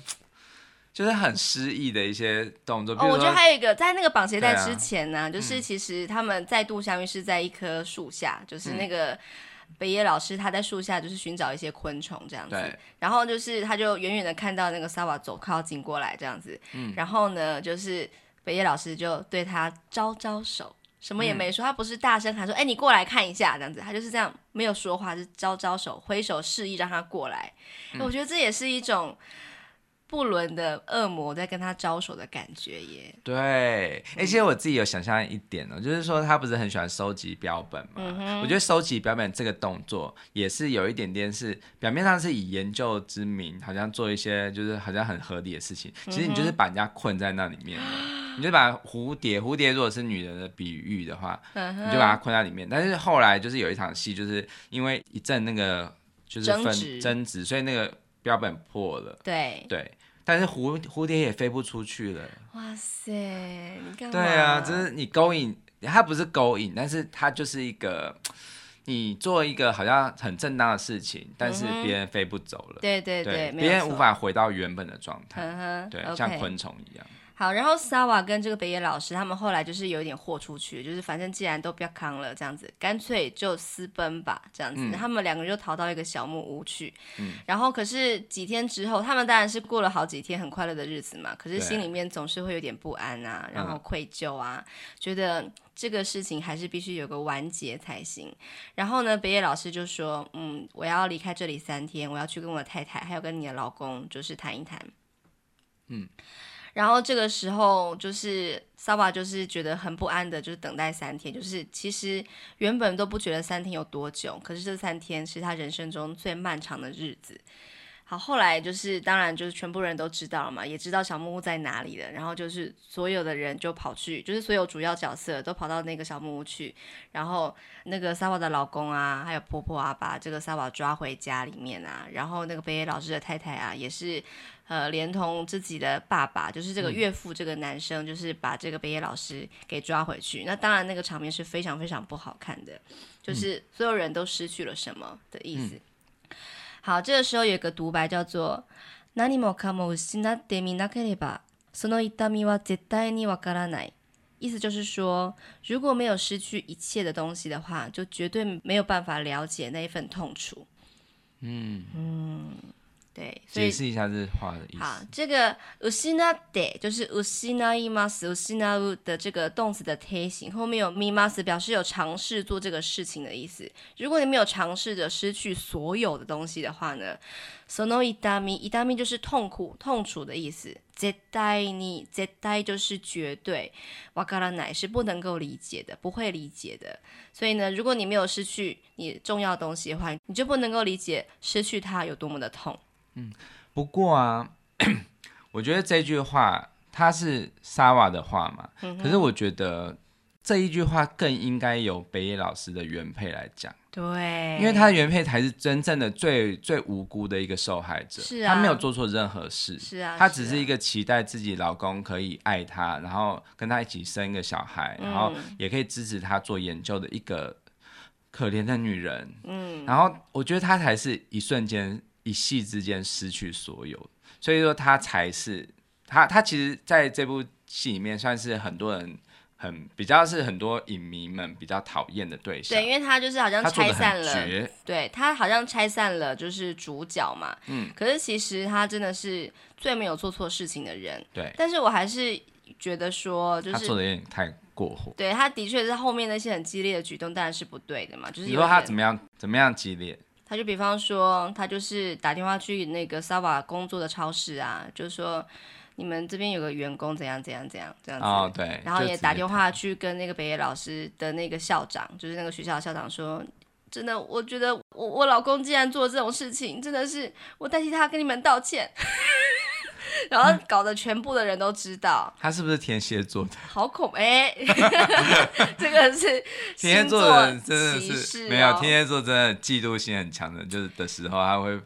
[SPEAKER 1] 就是很诗意的一些动作，比
[SPEAKER 2] 哦，
[SPEAKER 1] 如
[SPEAKER 2] 我觉
[SPEAKER 1] 说
[SPEAKER 2] 得还有一个，在那个绑鞋带
[SPEAKER 1] 对啊
[SPEAKER 2] 之前呢、就是其实他们再度相遇是在一棵树下，
[SPEAKER 1] 嗯
[SPEAKER 2] 就是那个北野老师他在树下就是寻找一些昆虫这样子
[SPEAKER 1] 对，
[SPEAKER 2] 然后就是他就远远的看到那个萨瓦走靠近过来这样子，
[SPEAKER 1] 嗯
[SPEAKER 2] 然后呢就是北野老师就对他招招手。什么也没说，他不是大声喊说：“哎、你过来看一下。”这样子，他就是这样没有说话，就是招招手、挥手示意让他过来。
[SPEAKER 1] 嗯
[SPEAKER 2] 哎我觉得这也是一种不伦的恶魔在跟他招手的感觉耶。
[SPEAKER 1] 对，而且我自己有想象一点哦，就是说他不是很喜欢收集标本嘛？
[SPEAKER 2] 嗯
[SPEAKER 1] 我觉得收集标本这个动作也是有一点点是表面上是以研究之名，好像做一些就是好像很合理的事情，其实你
[SPEAKER 2] 嗯
[SPEAKER 1] 就是把人家困在那里面了。你就把蝴蝶，蝴蝶如果是女人的比喻的话，
[SPEAKER 2] 嗯
[SPEAKER 1] 你就把它困在里面。但是后来就是有一场戏，就是因为一阵那个就是
[SPEAKER 2] 争
[SPEAKER 1] 分
[SPEAKER 2] 执
[SPEAKER 1] 争执，所以那个标本破了，
[SPEAKER 2] 对，
[SPEAKER 1] 对，但是蝴蝴蝶也飞不出去了。
[SPEAKER 2] 哇塞，你干嘛？
[SPEAKER 1] 对啊，就是你勾引，它不是勾引，但是它就是一个，你做一个好像很正当的事情，但是别人飞不走了，
[SPEAKER 2] 对嗯对对，没
[SPEAKER 1] 别
[SPEAKER 2] 有
[SPEAKER 1] 人
[SPEAKER 2] 错
[SPEAKER 1] 无。法回到原本的状态，
[SPEAKER 2] 嗯哼，
[SPEAKER 1] 对
[SPEAKER 2] o，k
[SPEAKER 1] 像昆虫一样，
[SPEAKER 2] 好，然后 Sawa 跟这个北野老师他们后来就是有一点豁出去，就是反正既然都不要扛了，这样子，干脆就私奔吧，这样子。他们两个就逃到一个小木屋去，然后可是几天之后，他们当然是过了好几天很快乐的日子嘛，可是
[SPEAKER 1] 对
[SPEAKER 2] 心里面总是会有点不安啊，然后
[SPEAKER 1] 嗯
[SPEAKER 2] 愧疚啊，觉得这个事情还是必须有个完结才行。然后呢，北野老师就说，嗯，我要离开这里三天，我要去跟我的太太还有跟你的老公就是谈一谈。
[SPEAKER 1] 嗯
[SPEAKER 2] 然后这个时候就是萨瓦就是觉得很不安的，就是等待三天，就是其实原本都不觉得三天有多久，可是这三天是他人生中最漫长的日子。好，后来就是当然就是全部人都知道了嘛，也知道小木屋在哪里了，然后就是所有的人就跑去，就是所有主要角色都跑到那个小木屋去，然后那个萨瓦的老公啊，还有婆婆啊，把这个萨瓦抓回家里面啊，然后那个北野老师的太太啊，也是呃，连同自己的爸爸，就是
[SPEAKER 1] 嗯
[SPEAKER 2] 这个岳父这个男生，就是把这个北野老师给抓回去。那当然，那个场面是非常非常不好看的，
[SPEAKER 1] 嗯
[SPEAKER 2] 就是所有人都失去了什么的意思。好，这个时候有一个独白叫做“何もかも失ってみなければ、その痛みは絶対にわからない”。意思就是说，如果没有失去一切的东西的话，就绝对没有办法了解那一份痛楚。嗯嗯，对，所
[SPEAKER 1] 解
[SPEAKER 2] 以
[SPEAKER 1] 释一下这话的意
[SPEAKER 2] 好
[SPEAKER 1] 思。，
[SPEAKER 2] 这个 usina de 就是 usina imas usina u 的这个动词的贴形，后面有 mimas 表示有尝试做这个事情的意思。如果你没有尝试着失去所有的东西的话呢，sono idami idami 就是痛苦、痛楚的意思。絶対に絶対就是绝对，わからない是不能够理解的，不会理解的。所以呢，如果你没有失去你重要的东西的话，你就不能够理解失去它有多么的痛。
[SPEAKER 1] 不过啊， 我觉得这句话它是沙瓦的话嘛，
[SPEAKER 2] 嗯
[SPEAKER 1] 可是我觉得这一句话更应该由北野老师的原配来讲。
[SPEAKER 2] 对，
[SPEAKER 1] 因为他的原配才是真正的最最无辜的一个受害者，
[SPEAKER 2] 是啊
[SPEAKER 1] 他没有做错任何事，
[SPEAKER 2] 是啊，
[SPEAKER 1] 她只是一
[SPEAKER 2] 个
[SPEAKER 1] 个期待自己老公可以爱她，然后跟她一起生一个小孩，
[SPEAKER 2] 嗯
[SPEAKER 1] 然后也可以支持她做研究的一个可怜的女人。嗯，然后我觉得她才是一瞬间、一夕之间失去所有，所以说她才是她。她其实在这部戏里面算是很多人很比较是很多影迷们比较讨厌的对象
[SPEAKER 2] 对，。因为他就是好像
[SPEAKER 1] 她做
[SPEAKER 2] 拆
[SPEAKER 1] 的
[SPEAKER 2] 散
[SPEAKER 1] 很
[SPEAKER 2] 了，
[SPEAKER 1] 绝，
[SPEAKER 2] 对他好像拆散了就是主角嘛，
[SPEAKER 1] 嗯，
[SPEAKER 2] 可是其实他真的是最没有做错事情的人，
[SPEAKER 1] 对，
[SPEAKER 2] 但是我还是觉得说就
[SPEAKER 1] 她做
[SPEAKER 2] 是。
[SPEAKER 1] 的有点太过火。
[SPEAKER 2] 对他的确是后面那些很激烈的举动，当然是不对的嘛。就是
[SPEAKER 1] 你
[SPEAKER 2] 有
[SPEAKER 1] 说她
[SPEAKER 2] 点
[SPEAKER 1] 怎么样？怎么样激烈？
[SPEAKER 2] 他就比方说，他就是打电话去那个 Sava 工作的超市啊，就说你们这边有个员工怎样怎样怎样这样子。
[SPEAKER 1] 哦，对，
[SPEAKER 2] 然后
[SPEAKER 1] 就
[SPEAKER 2] 也
[SPEAKER 1] 直
[SPEAKER 2] 打
[SPEAKER 1] 接
[SPEAKER 2] 电话去跟那个北野老师的那个校长，就是那个学校的校长说，真的，我觉得我我老公竟然做这种事情，真的是我代替他跟你们道歉， 然后搞得全部的人都知道，
[SPEAKER 1] 他是不是天蝎座的？
[SPEAKER 2] 好恐哎， 这个是
[SPEAKER 1] 天蝎
[SPEAKER 2] 星
[SPEAKER 1] 座
[SPEAKER 2] 座
[SPEAKER 1] 的人真的
[SPEAKER 2] 歧
[SPEAKER 1] 是、
[SPEAKER 2] 视
[SPEAKER 1] 没有，
[SPEAKER 2] 哦
[SPEAKER 1] 天蝎座真的嫉妒心很强的，就是的时候他会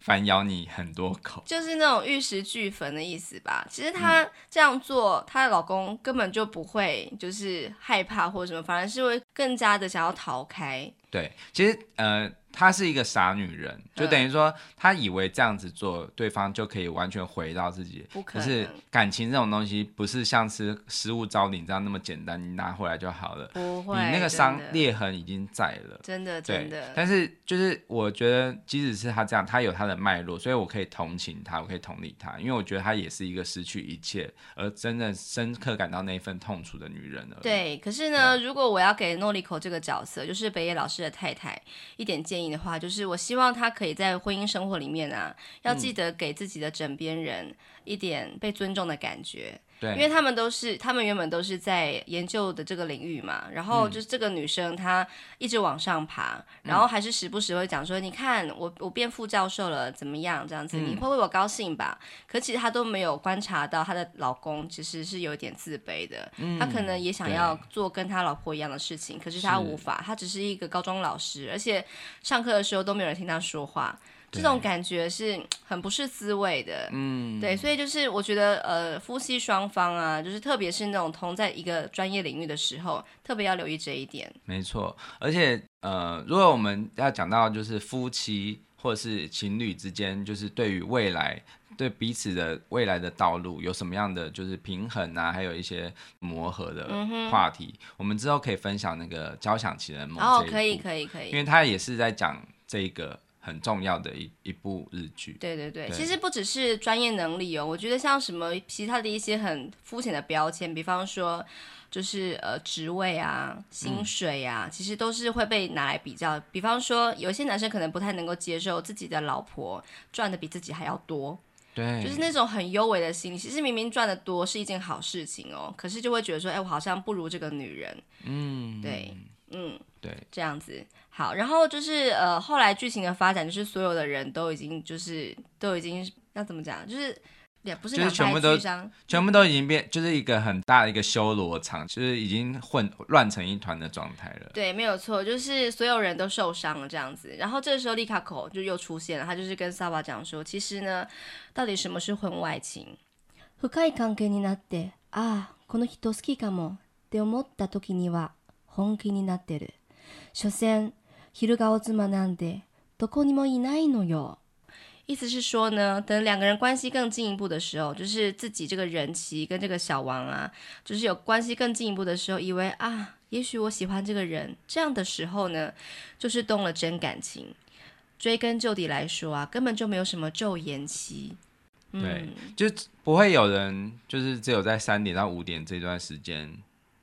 [SPEAKER 1] 反咬你很多口。
[SPEAKER 2] 就是那种玉石俱焚的意思吧。其实她
[SPEAKER 1] 嗯
[SPEAKER 2] 这样做，她的老公根本就不会就是害怕或者什么，反而是会更加的想要逃开。
[SPEAKER 1] 对，其实呃，她是一个傻女人，就
[SPEAKER 2] 嗯
[SPEAKER 1] 等于说她以为这样子做，对方就可以完全回到自己。
[SPEAKER 2] 不可
[SPEAKER 1] 是
[SPEAKER 2] 能
[SPEAKER 1] 感情这种东西，不是像吃食物招领这样那么简单，你拿回来就好了。
[SPEAKER 2] 不
[SPEAKER 1] 你
[SPEAKER 2] 会，
[SPEAKER 1] 那个
[SPEAKER 2] 真
[SPEAKER 1] 伤
[SPEAKER 2] 的
[SPEAKER 1] 裂痕已经在了。
[SPEAKER 2] 真的真
[SPEAKER 1] 对
[SPEAKER 2] 的，
[SPEAKER 1] 但是就是我觉得，即使是他这样，他有他的脉络，所以我可以同情他，我可以同理他，因为我觉得他也是一个失去一切而真正深刻感到那一份痛楚的女人而已。
[SPEAKER 2] 对。可是呢，
[SPEAKER 1] 啊
[SPEAKER 2] 如果我要给诺丽口这个角色，就是北野老师的太太一点建议的话，就是我希望她可以在婚姻生活里面啊，要
[SPEAKER 1] 嗯
[SPEAKER 2] 记得给自己的枕边人一点被尊重的感觉，因为
[SPEAKER 1] 对，
[SPEAKER 2] 他们都是，他们原本都是在研究的这个领域嘛，然后就是这个女生她一直往上爬，然后还是时不时会讲说，你看我我变副教授了，怎么样这样子，你会为我高兴吧？可其实她都没有观察到她的老公其实是有点自卑的，
[SPEAKER 1] 嗯
[SPEAKER 2] 她可能也想要做跟她老婆一样的事情，可是她
[SPEAKER 1] 是
[SPEAKER 2] 无法，她只是一个高中老师，而且上课的时候都没有人听她说话，这种感觉是嗯很不是滋味的。嗯，对，所以就是我觉得呃，夫妻双方啊，就是特别是那种同在一个专业领域的时候，特别要留意这一点。
[SPEAKER 1] 没错。而且呃，如果我们要讲到就是夫妻或是情侣之间，就是对于未来。对彼此的未来的道路有什么样的就是平衡啊，还有一些磨合
[SPEAKER 2] 嗯
[SPEAKER 1] 的
[SPEAKER 2] 哼
[SPEAKER 1] 话题，我们之后可以分享那个《交响情人梦》
[SPEAKER 2] 然后
[SPEAKER 1] 这一
[SPEAKER 2] 哦可以
[SPEAKER 1] 部
[SPEAKER 2] 可以可以
[SPEAKER 1] 因，为他也是在讲这个很重要的一一部日剧。
[SPEAKER 2] 对对对，
[SPEAKER 1] 对
[SPEAKER 2] 其实不只是专业能力哦，我觉得像什么其他的一些很肤浅的标签，比方说就是呃职位啊、薪水啊，其实都是会被拿来比较。比方说，有些男生可能不太能够接受自己的老婆赚的比自己还要多，
[SPEAKER 1] 对，
[SPEAKER 2] 就是那种很优为的心理。其实明明赚的多是一件好事情哦，可是就会觉得说，哎，我好像不如这个女人。嗯，对，嗯。
[SPEAKER 1] 对
[SPEAKER 2] 这样子。好，然后就是呃，后来剧情的发展，就是所有的人都已经就是都已经要怎么讲，就是也不是
[SPEAKER 1] 就是
[SPEAKER 2] 两
[SPEAKER 1] 全
[SPEAKER 2] 败
[SPEAKER 1] 部都
[SPEAKER 2] 俱伤，
[SPEAKER 1] 全部都已经变，就是一个很大的一个修罗场，就是已经混乱成一团的状态了。
[SPEAKER 2] 对，没有错，就是所有人都受伤了这样子。然后这个时候，丽卡口就又出现了，他就是跟萨瓦讲说，其实呢，到底什么是婚外情？
[SPEAKER 3] 深い関係になってああこの人好きかもって思った時には本気になってる所詮昼顔妻なんてどこにもいないのよ
[SPEAKER 2] 意思是说呢，等两个人关系更进一步的时候，就是自己这个人妻跟这个小王啊，就是有关系更进一步的时候，以为啊，也许我喜欢这个人，这样的时候呢，就是动了真感情。追根究底来说啊，根本就没有什么昼延期。
[SPEAKER 1] 对
[SPEAKER 2] 嗯，
[SPEAKER 1] 就不会有人就是只有在三点到五点这段时间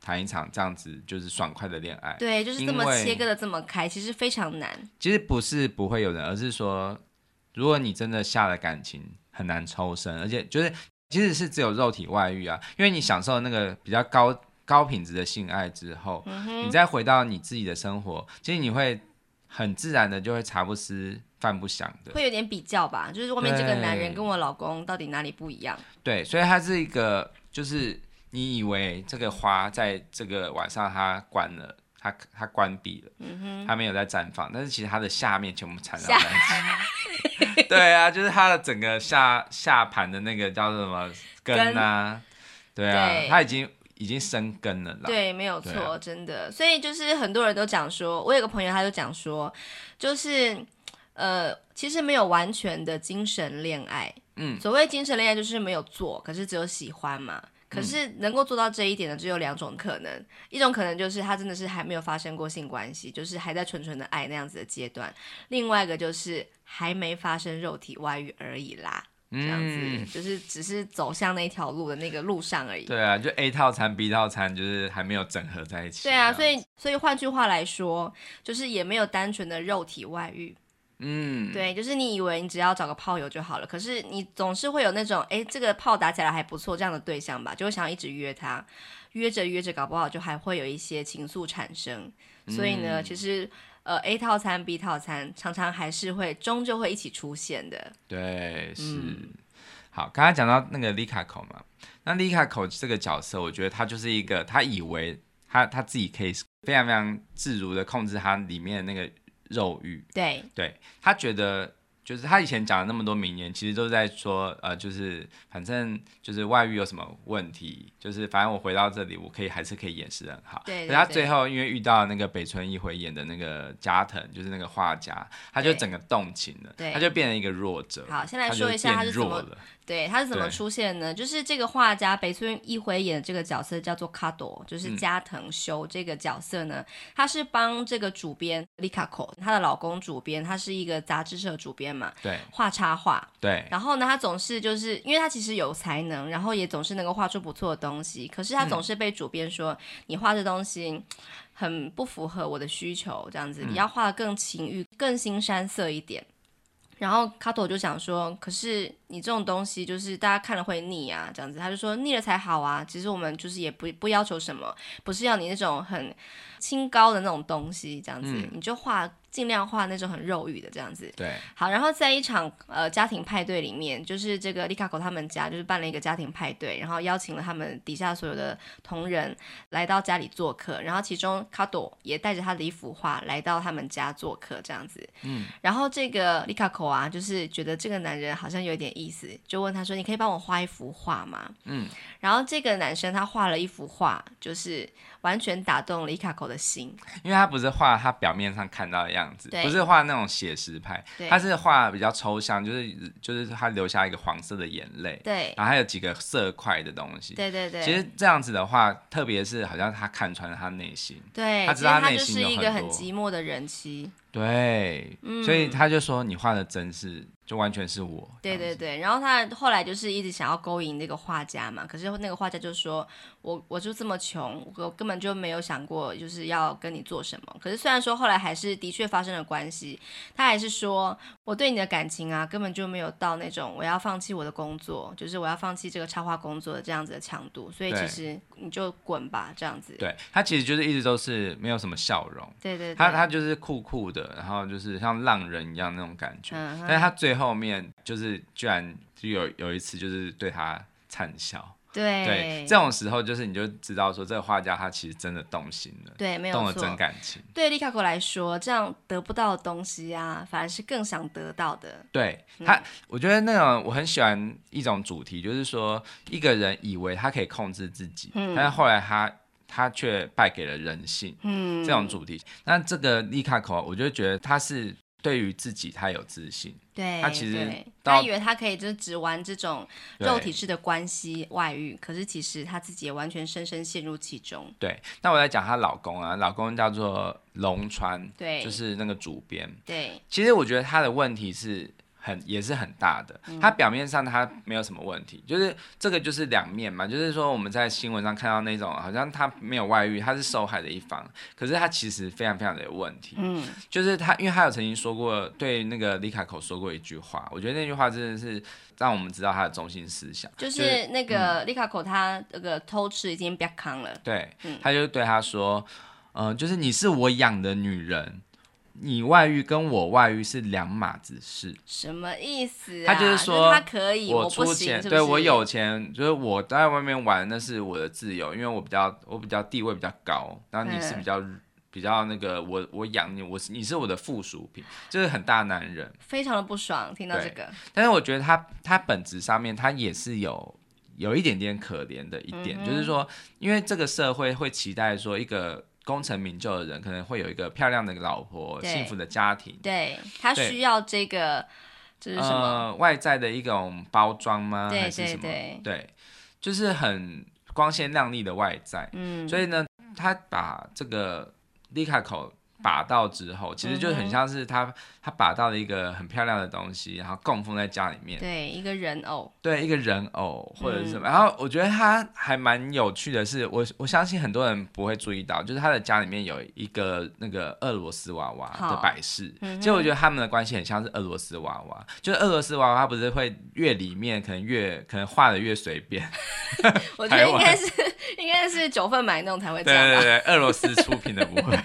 [SPEAKER 1] 谈一场这样子就是爽快的恋爱。
[SPEAKER 2] 对，就是这么
[SPEAKER 1] 哎因为
[SPEAKER 2] 切割的这么开，其实非常难。
[SPEAKER 1] 其实不是不会有人，而是说，如果你真的下了感情，很难抽身，而且就是即使是只有肉体外遇啊，因为你享受了那个比较高高品质的性爱之后，你再回到你自己的生活，其实你会很自然的就会茶不思饭不想的。
[SPEAKER 2] 会有点比较吧，就是外面这个男人
[SPEAKER 1] 对
[SPEAKER 2] 跟我老公到底哪里不一样？
[SPEAKER 1] 对，所以它是一个，就是你以为这个花在这个晚上它关了，它它关闭了，
[SPEAKER 2] 嗯
[SPEAKER 1] 它没有在绽放，但是其实它的下面全部缠绕在一
[SPEAKER 2] 啊
[SPEAKER 1] 起。对啊，就是它的整个下下盘的那个叫做什么根啊，对啊，
[SPEAKER 2] 对
[SPEAKER 1] 它已经已经生根了啦。
[SPEAKER 2] 对，没有
[SPEAKER 1] 对
[SPEAKER 2] 错，
[SPEAKER 1] 啊
[SPEAKER 2] 真的。所以就是很多人都讲说，我有个朋友他就讲说，就是呃，其实没有完全的精神恋爱。
[SPEAKER 1] 嗯
[SPEAKER 2] 所谓精神恋爱就是没有做，可是只有喜欢嘛。
[SPEAKER 1] 嗯
[SPEAKER 2] 可是能够做到这一点的只有两种可能，一种可能就是他真的是还没有发生过性关系，就是还在纯纯的爱那样子的阶段；另外一个就是还没发生肉体外遇而已啦，这样子、
[SPEAKER 1] 嗯，
[SPEAKER 2] 就是只是走向那条路的那个路上而已。
[SPEAKER 1] 对啊，就 A 套餐 B 套餐就是还没有整合在一起这
[SPEAKER 2] 对啊，
[SPEAKER 1] 样。
[SPEAKER 2] 所以所以换句话来说，就是也没有单纯的肉体外遇，
[SPEAKER 1] 嗯，
[SPEAKER 2] 对，就是你以为你只要找个炮友就好了，可是你总是会有那种，哎，这个炮打起来还不错这样的对象吧，就会想要一直约他，约着约着，搞不好就还会有一些情愫产生。所以呢，
[SPEAKER 1] 嗯
[SPEAKER 2] 其实呃 A 套餐 B 套餐常常还是会终究会一起出现的。
[SPEAKER 1] 对，是。
[SPEAKER 2] 嗯
[SPEAKER 1] 好，刚才讲到那个丽卡口嘛，那丽卡口这个角色，我觉得他就是一个，他以为他他自己可以非常非常自如的控制他里面的那个肉欲，
[SPEAKER 2] 对，
[SPEAKER 1] 对他觉得。就是他以前讲了那么多名言，其实都是在说，呃，就是反正就是外遇有什么问题，就是反正我回到这里，我可以还是可以掩饰得很好。
[SPEAKER 2] 对对
[SPEAKER 1] 可是他
[SPEAKER 2] 对
[SPEAKER 1] 最后因为遇到那个北村一辉演的那个加藤，就是那个画家，他就
[SPEAKER 2] 对
[SPEAKER 1] 整个动情了，
[SPEAKER 2] 对
[SPEAKER 1] 他就变成一个弱者。
[SPEAKER 2] 好先来
[SPEAKER 1] 就
[SPEAKER 2] 说一下他
[SPEAKER 1] 变
[SPEAKER 2] 是怎
[SPEAKER 1] 弱
[SPEAKER 2] 么
[SPEAKER 1] 了
[SPEAKER 2] 对，他是怎么
[SPEAKER 1] 对
[SPEAKER 2] 出现呢？就是这个画家北村一辉演的这个角色叫做卡朵，就是加藤修这个角色呢，他是帮这个主编丽卡口，她的老公主编，他是一个杂志社主编嘛，
[SPEAKER 1] 对
[SPEAKER 2] 画插画。
[SPEAKER 1] 对，
[SPEAKER 2] 然后呢，他总是就是因为他其实有才能，然后也总是能够画出不错的东西，可是他总是被主编说、你画这东西很不符合我的需求，这样子、
[SPEAKER 1] 嗯
[SPEAKER 2] 你要画的更情欲、更新山色一点。然后卡朵就想说，可是你这种东西就是大家看了会腻啊，这样子，他就说腻了才好啊。其实我们就是也不不要求什么，不是要你那种很清高的那种东西，这样子，
[SPEAKER 1] 嗯
[SPEAKER 2] 你就画尽量画那种很肉欲的这样子。
[SPEAKER 1] 对，
[SPEAKER 2] 好，然后在一场呃家庭派对里面，就是这个丽卡口他们家就是办了一个家庭派对，然后邀请了他们底下所有的同仁来到家里做客，然后其中卡朵也带着他的一幅画来到他们家做客这样子。嗯，然后这个丽卡口啊，就是觉得这个男人好像有点意思，就问他说：“你可以帮我画一幅画吗？”
[SPEAKER 1] 嗯，
[SPEAKER 2] 然后这个男生他画了一幅画，就是完全打动丽卡口的心。
[SPEAKER 1] 因为他不是画他表面上看到的样子，
[SPEAKER 2] 对
[SPEAKER 1] 不是画那种写实派，
[SPEAKER 2] 对，
[SPEAKER 1] 他是画比较抽象，就是就是他留下一个黄色的眼泪，
[SPEAKER 2] 对
[SPEAKER 1] 然后还有几个色块的东西。
[SPEAKER 2] 欸对对对，
[SPEAKER 1] 其实这样子的话，特别是好像他看穿了他内心，
[SPEAKER 2] 对，
[SPEAKER 1] 他
[SPEAKER 2] 其
[SPEAKER 1] 知
[SPEAKER 2] 实
[SPEAKER 1] 道他
[SPEAKER 2] 他
[SPEAKER 1] 内
[SPEAKER 2] 就
[SPEAKER 1] 心
[SPEAKER 2] 是
[SPEAKER 1] 有
[SPEAKER 2] 一
[SPEAKER 1] 很
[SPEAKER 2] 个很
[SPEAKER 1] 多
[SPEAKER 2] 寂寞的人妻，
[SPEAKER 1] 对，
[SPEAKER 2] 嗯
[SPEAKER 1] 所以他就说你画的真是，就完全是我。
[SPEAKER 2] 对
[SPEAKER 1] 这
[SPEAKER 2] 对
[SPEAKER 1] 样子，
[SPEAKER 2] 对。然后他后来就是一直想要勾引那个画家嘛，可是那个画家就说：“我我就这么穷，我根本就没有想过就是要跟你做什么。”可是虽然说后来还是的确发生了关系，他还是说我对你的感情啊，根本就没有到那种我要放弃我的工作，就是我要放弃这个插画工作的这样子的强度。所以其
[SPEAKER 1] 对
[SPEAKER 2] 实你就滚吧，这样子。
[SPEAKER 1] 对他其实就是一直都是没有什么笑容，
[SPEAKER 2] 对对对，
[SPEAKER 1] 他他就是酷酷的，然后就是像浪人一样那种感觉。
[SPEAKER 2] 嗯哼
[SPEAKER 1] 但是他最后面就是居然就有有一次就是对他灿笑，
[SPEAKER 2] 对
[SPEAKER 1] 对，这种时候就是你就知道说这个画家他其实真的动心了，
[SPEAKER 2] 对没有
[SPEAKER 1] 动了
[SPEAKER 2] 错
[SPEAKER 1] 真感情。
[SPEAKER 2] 对丽卡狗来说，这样得不到的东西啊，反而是更想得到的。
[SPEAKER 1] 对他，
[SPEAKER 2] 嗯
[SPEAKER 1] 我觉得那种我很喜欢一种主题，就是说一个人以为他可以控制自己，但是后来他他却败给了人性。
[SPEAKER 2] 嗯
[SPEAKER 1] 啊这种主题。那这个丽卡口，我就觉得它是对于自己他有自信，
[SPEAKER 2] 对，
[SPEAKER 1] 他其实
[SPEAKER 2] 对
[SPEAKER 1] 到
[SPEAKER 2] 他以为他可以就是只玩这种
[SPEAKER 1] 对
[SPEAKER 2] 肉体式的关系外遇，可是其实他自己也完全深深陷入其中。
[SPEAKER 1] 对。那我来讲她老公啊，老公叫做龙川，
[SPEAKER 2] 对
[SPEAKER 1] 就是那个主编。
[SPEAKER 2] 对
[SPEAKER 1] 其实我觉得他的问题是很也是很大的，
[SPEAKER 2] 嗯
[SPEAKER 1] 他表面上他没有什么问题，就是这个就是两面嘛，就是说我们在新闻上看到那种好像他没有外遇，他是受害的一方，可是他其实非常非常的有问题，
[SPEAKER 2] 嗯，
[SPEAKER 1] 就是他因为他有曾经说过对那个李卡口说过一句话，我觉得那句话真的是让我们知道他的中心思想，
[SPEAKER 2] 就
[SPEAKER 1] 就是嗯
[SPEAKER 2] 是那个利卡口他那个偷吃已经不要扛了，
[SPEAKER 1] 对
[SPEAKER 2] 嗯，
[SPEAKER 1] 他就对他说，嗯、就是你是我养的女人。你外遇跟我外遇是两码子事，
[SPEAKER 2] 什么意思、啊？
[SPEAKER 1] 他就是说
[SPEAKER 2] 他可以，我不
[SPEAKER 1] 出
[SPEAKER 2] 行，
[SPEAKER 1] 钱，
[SPEAKER 2] 是不
[SPEAKER 1] 对
[SPEAKER 2] 是
[SPEAKER 1] 我有钱，就是我在外面玩那是我的自由，因为我比较我比较地位比较高，然后你是
[SPEAKER 2] 嗯
[SPEAKER 1] 比较、比较那个我我养你，我是你是我的附属品，就是很大男人。
[SPEAKER 2] 非常的不爽，听到这个，
[SPEAKER 1] 但是我觉得他他本质上面他也是有有一点点可怜的一点，
[SPEAKER 2] 嗯哼
[SPEAKER 1] 就是说，因为这个社会会期待说一个功成名就的人可能会有一个漂亮的老婆、
[SPEAKER 2] 对
[SPEAKER 1] 幸福的家庭，
[SPEAKER 2] 对他
[SPEAKER 1] 对
[SPEAKER 2] 需要这个，这是什么？
[SPEAKER 1] 呃外在的一种包装吗？
[SPEAKER 2] 对
[SPEAKER 1] 啊还是
[SPEAKER 2] 对
[SPEAKER 1] 什么？
[SPEAKER 2] 对
[SPEAKER 1] 对，就是很光鲜亮丽的外在。
[SPEAKER 2] 嗯，
[SPEAKER 1] 所以呢，他把这个利卡口把到之后，其实就
[SPEAKER 2] 嗯
[SPEAKER 1] 很像是他、他把到了一个很漂亮的东西，然后供奉在家里面，
[SPEAKER 2] 对嗯一个人偶，
[SPEAKER 1] 对一个人偶或者是什么。然后我觉得他还蛮有趣的是，我我相信很多人不会注意到，就是他的家里面有一个那个俄罗斯娃娃
[SPEAKER 2] 好
[SPEAKER 1] 的摆饰。
[SPEAKER 2] 嗯
[SPEAKER 1] 其实我觉得他们的关系很像是俄罗斯娃娃，就是俄罗斯娃娃，它不是会越里面可能越可能画的越随便，
[SPEAKER 2] 我觉
[SPEAKER 1] 台
[SPEAKER 2] 得应
[SPEAKER 1] 湾
[SPEAKER 2] 该是 应该是九份买弄才会这
[SPEAKER 1] 对
[SPEAKER 2] 样吧
[SPEAKER 1] 对。对，俄罗斯出品的不会，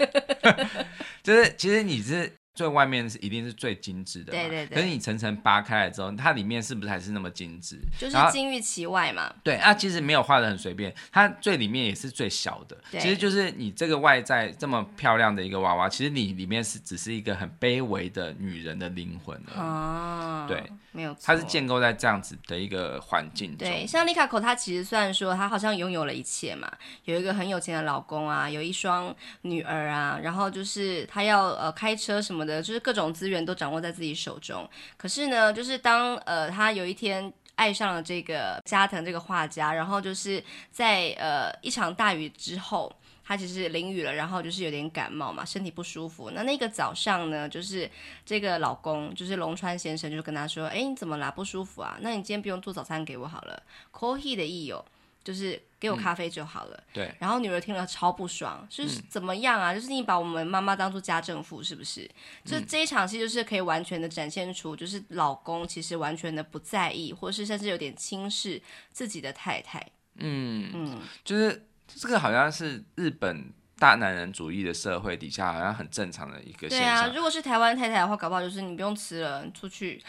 [SPEAKER 1] 就是其实你是最外面是一定是最精致的嘛，
[SPEAKER 2] 对对对
[SPEAKER 1] 可是你层层扒开来之后，它里面是不是还是那么精致？
[SPEAKER 2] 就是
[SPEAKER 1] 然后
[SPEAKER 2] 金玉其外嘛，
[SPEAKER 1] 对啊，其实没有画的很随便，它最里面也是最小的。
[SPEAKER 2] 对
[SPEAKER 1] 其实就是你这个外在这么漂亮的一个娃娃，其实你里面是只是一个很卑微的女人的灵魂而已。
[SPEAKER 2] 哦，
[SPEAKER 1] 对，
[SPEAKER 2] 没有错，
[SPEAKER 1] 它是建构在这样子的一个环境中。
[SPEAKER 2] 对，像丽卡口，她其实虽然说她好像拥有了一切嘛，有一个很有钱的老公啊，有一双女儿啊，然后就是她要呃开车什么的，就是各种资源都掌握在自己手中。可是呢，就是当呃她有一天。爱上了这个加藤这个画家，然后就是在呃一场大雨之后，她其实淋雨了，然后就是有点感冒嘛，身体不舒服。那那个早上呢，就是这个老公就是龙川先生就跟他说：“哎，你怎么啦？不舒服啊？那你今天不用做早餐给我好了，coffee 的意有。”就是给我咖啡就好了。
[SPEAKER 1] 对
[SPEAKER 2] 然后女儿听了超不爽，就是怎么样啊？就是你把我们妈妈当做家政妇是不
[SPEAKER 1] 嗯
[SPEAKER 2] 是？就这一场戏就是可以完全的展现出，就是老公其实完全的不在意，或是甚至有点轻视自己的太太。
[SPEAKER 1] 嗯，
[SPEAKER 2] 嗯，
[SPEAKER 1] 就是这个好像是日本大男人主义的社会底下好像很正常的一个现
[SPEAKER 2] 对啊
[SPEAKER 1] 象。，
[SPEAKER 2] 如果是台湾太太的话，搞不好就是你不用吃了，你出去。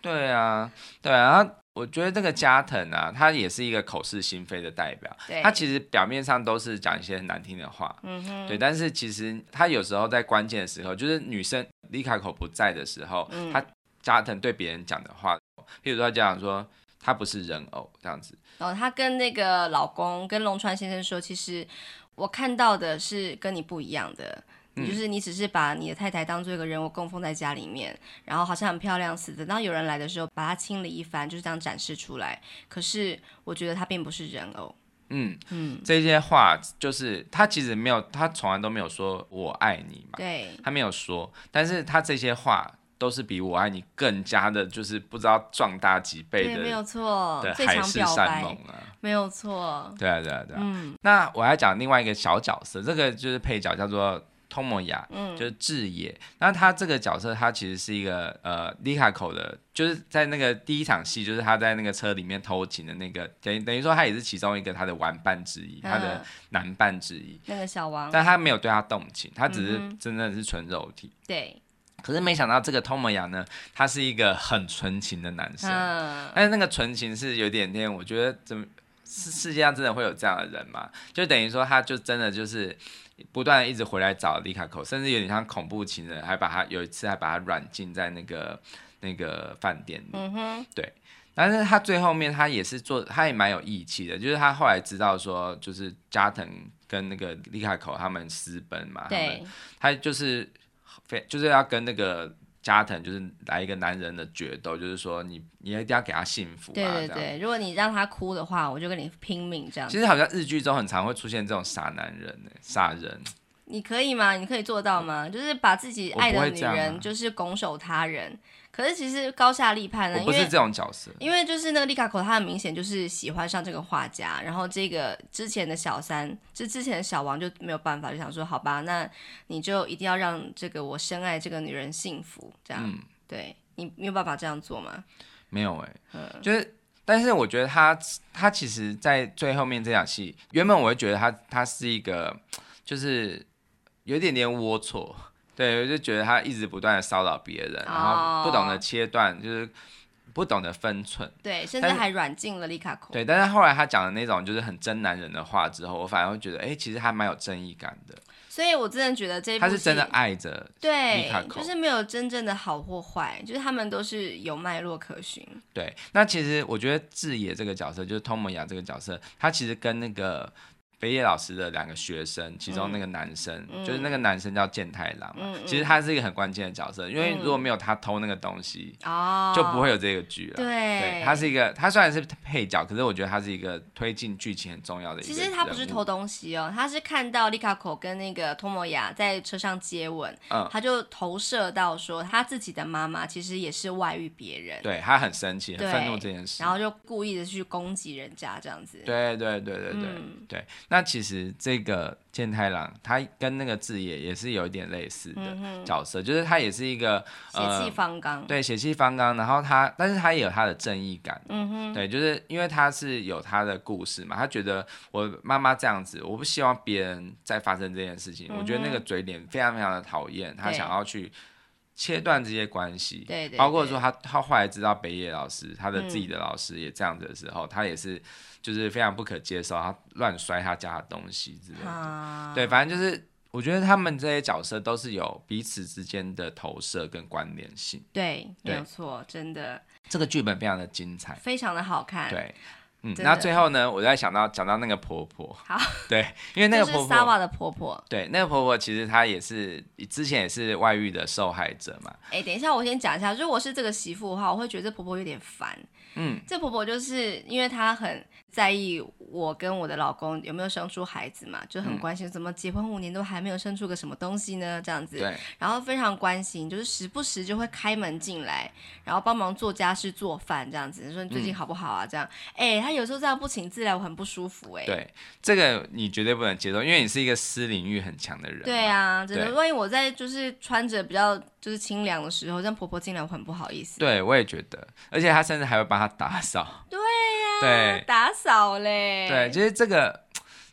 [SPEAKER 1] 对啊，对啊，然后我觉得这个加藤啊，他也是一个口是心非的代表。
[SPEAKER 2] 对，
[SPEAKER 1] 他其实表面上都是讲一些很难听的话，
[SPEAKER 2] 嗯哼，
[SPEAKER 1] 对，但是其实他有时候在关键的时候，就是女生李卡口不在的时候，
[SPEAKER 2] 嗯
[SPEAKER 1] 他加藤对别人讲的话，譬如说他讲说他不是人偶这样子，
[SPEAKER 2] 然后她跟那个老公跟龙川先生说，其实我看到的是跟你不一样的。
[SPEAKER 1] 嗯
[SPEAKER 2] 就是你只是把你的太太当做一个人物供奉在家里面，然后好像很漂亮似的。当有人来的时候，把它清理一番，就是这样展示出来。可是我觉得她并不是人偶，
[SPEAKER 1] 嗯，
[SPEAKER 2] 嗯，
[SPEAKER 1] 这些话就是他其实没有，他从来都没有说我爱你嘛，
[SPEAKER 2] 对，
[SPEAKER 1] 他没有说，但是他这些话都是比我爱你更加的，就是不知道壮大几倍
[SPEAKER 2] 对，
[SPEAKER 1] 的
[SPEAKER 2] 没有错
[SPEAKER 1] 的，
[SPEAKER 2] 最
[SPEAKER 1] 海
[SPEAKER 2] 强
[SPEAKER 1] 誓
[SPEAKER 2] 表
[SPEAKER 1] 山
[SPEAKER 2] 白
[SPEAKER 1] 盟，啊。
[SPEAKER 2] 没有错，
[SPEAKER 1] 对啊，对啊，对啊。
[SPEAKER 2] 嗯
[SPEAKER 1] 那我还讲另外一个小角色，这个就是配角叫做通摩雅，
[SPEAKER 2] 嗯
[SPEAKER 1] 就是志野。那他这个角色，他其实是一个呃丽卡口的，就是在那个第一场戏，就是他在那个车里面偷情的那个，等于等于说他也是其中一个他的玩伴之一，他的
[SPEAKER 2] 嗯
[SPEAKER 1] 男伴之一。
[SPEAKER 2] 那个小王，
[SPEAKER 1] 但他没有对他动情，他只
[SPEAKER 2] 嗯
[SPEAKER 1] 是
[SPEAKER 2] 哼
[SPEAKER 1] 真的是纯肉体。
[SPEAKER 2] 对，
[SPEAKER 1] 可是没想到这个通摩雅呢，他是一个很纯情的男生。
[SPEAKER 2] 嗯，
[SPEAKER 1] 但是那个纯情是有点点，我觉得怎么世世界上真的会有这样的人吗？就等于说，他就真的就是不断的一直回来找李卡口，甚至有点像恐怖情人，还把他有一次还把他软禁在那个那个饭店里。
[SPEAKER 2] 嗯哼，
[SPEAKER 1] 但是他最后面他也是做，他也蛮有义气的，就是他后来知道说，就是加藤跟那个李卡口他们私奔嘛，他们
[SPEAKER 2] 对，
[SPEAKER 1] 他就是非就是要跟那个加藤就是来一个男人的决斗，就是说你你一定要给他幸福啊，
[SPEAKER 2] 对对
[SPEAKER 1] 这样
[SPEAKER 2] 对，如果你让他哭的话，我就跟你拼命这样
[SPEAKER 1] 其。实好像日剧中很常会出现这种傻男人呢、傻人。
[SPEAKER 2] 你可以吗？你可以做到吗？就是把自己爱
[SPEAKER 1] 我不
[SPEAKER 2] 的
[SPEAKER 1] 会
[SPEAKER 2] 女
[SPEAKER 1] 这样啊
[SPEAKER 2] 人就是拱手他人。可是其实高下立判呢，
[SPEAKER 1] 我
[SPEAKER 2] 因
[SPEAKER 1] 不是
[SPEAKER 2] 为
[SPEAKER 1] 这种角色，
[SPEAKER 2] 因为就是那个利卡口，他很明显就是喜欢上这个画家，然后这个之前的小三，就之前的小王就没有办法，就想说好吧，那你就一定要让这个我深爱这个女人幸福，这样，
[SPEAKER 1] 嗯
[SPEAKER 2] 对你你有办法这样做吗？
[SPEAKER 1] 没有哎、就是。但是我觉得他他其实，在最后面这场戏，原本我会觉得他他是一个，就是有一点点龌龊，对，我就觉得他一直不断的骚扰别人，然后不懂得切断，就是不懂得分寸，
[SPEAKER 2] 对，甚至
[SPEAKER 1] 但是
[SPEAKER 2] 还软禁了利卡口。
[SPEAKER 1] 对。但是后来他讲的那种就是很真男人的话之后，我反而会觉得，哎、其实还蛮有正义感的，
[SPEAKER 2] 所以我真的觉得这一部
[SPEAKER 1] 他是真的
[SPEAKER 2] 戏
[SPEAKER 1] 爱着
[SPEAKER 2] 对
[SPEAKER 1] 利卡，口
[SPEAKER 2] 就是没有真正的好或坏，就是他们都是有脉络可循。
[SPEAKER 1] 对，那其实我觉得志野这个角色，就是通摩雅这个角色，他其实跟那个北野老师的两个学生，其中那
[SPEAKER 2] 嗯
[SPEAKER 1] 个男生，就是那个男生叫健太郎嘛，其实他是一个很关键的角色，因为
[SPEAKER 2] 嗯
[SPEAKER 1] 如果没有他偷那个东西，
[SPEAKER 2] 哦，
[SPEAKER 1] 就不会有这个剧了。
[SPEAKER 2] 对，
[SPEAKER 1] 他是一个，他虽然是配角，可是我觉得他是一个推进剧情很重要的一个
[SPEAKER 2] 其
[SPEAKER 1] 人物。
[SPEAKER 2] 实他不是偷东西哦，他是看到利卡口跟那个托莫雅在车上接吻，
[SPEAKER 1] 嗯
[SPEAKER 2] 他就投射到说他自己的妈妈其实也是外遇别人，
[SPEAKER 1] 对他很生气，很
[SPEAKER 2] 对
[SPEAKER 1] 愤怒这件事。
[SPEAKER 2] 然后就故意的去攻击人家这样子。
[SPEAKER 1] 对对对对对、
[SPEAKER 2] 嗯
[SPEAKER 1] 对，那其实这个健太郎他跟那个志野也是有一点类似的角色，就是他也是一个
[SPEAKER 2] 嗯血
[SPEAKER 1] 呃
[SPEAKER 2] 气方刚，
[SPEAKER 1] 对血气方刚，然后他但是他也有他的正义感，嗯哼，对，就是因为他是有他的故事嘛，他觉得我妈妈这样子，我不希望别人再发生这件事情，我觉得那个嘴脸非常非常的讨厌，他
[SPEAKER 2] 嗯对
[SPEAKER 1] 想要去。切断这些关系，
[SPEAKER 2] 对对
[SPEAKER 1] 包括
[SPEAKER 2] 对
[SPEAKER 1] 说他他后来知道北野老师他的自己
[SPEAKER 2] 嗯
[SPEAKER 1] 的老师也这样子的时候，他也是就是非常不可接受，他乱摔他家的东西之类的。
[SPEAKER 2] 啊，
[SPEAKER 1] 对，反正就是我觉得他们这些角色都是有彼此之间的投射跟关联性。
[SPEAKER 2] 对，没
[SPEAKER 1] 对
[SPEAKER 2] 有错，真的
[SPEAKER 1] 这个剧本非常的精彩。
[SPEAKER 2] 非常的好看。，
[SPEAKER 1] 对，嗯，
[SPEAKER 2] 真的
[SPEAKER 1] 那最后呢，我再想到讲到那个婆婆，
[SPEAKER 2] 好，
[SPEAKER 1] 对，因为那个
[SPEAKER 2] 就
[SPEAKER 1] 婆
[SPEAKER 2] 是萨
[SPEAKER 1] 婆。
[SPEAKER 2] 瓦的婆婆。
[SPEAKER 1] 对，那个婆婆其实她也是之前也是外遇的受害者嘛，
[SPEAKER 2] 哎、等一下，我先讲一下，如果是这个媳妇的话，我会觉得这婆婆有点烦。
[SPEAKER 1] 嗯，
[SPEAKER 2] 这婆婆就是因为她很在意我跟我的老公有没有生出孩子嘛，就
[SPEAKER 1] 嗯
[SPEAKER 2] 很关心，怎么结婚五年都还没有生出个什么东西呢？这样子，
[SPEAKER 1] 对，
[SPEAKER 2] 然后非常关心，就是时不时就会开门进来，然后帮忙做家事、做饭这样子，说你最
[SPEAKER 1] 嗯
[SPEAKER 2] 近好不好啊？这样，哎、她有时候这样不请自来，我很不舒服哎、
[SPEAKER 1] 对，这个你绝对不能接受，因为你是一个私领域很强的人嘛。
[SPEAKER 2] 对啊，真的，
[SPEAKER 1] 对
[SPEAKER 2] 万一我在就是穿着比较就是清凉的时候，让婆婆进来，我很不好意思。
[SPEAKER 1] 对，我也觉得，而且他甚至还会帮他打扫。
[SPEAKER 2] 对呀、
[SPEAKER 1] 对
[SPEAKER 2] 啊打扫嘞，
[SPEAKER 1] 对，其实这个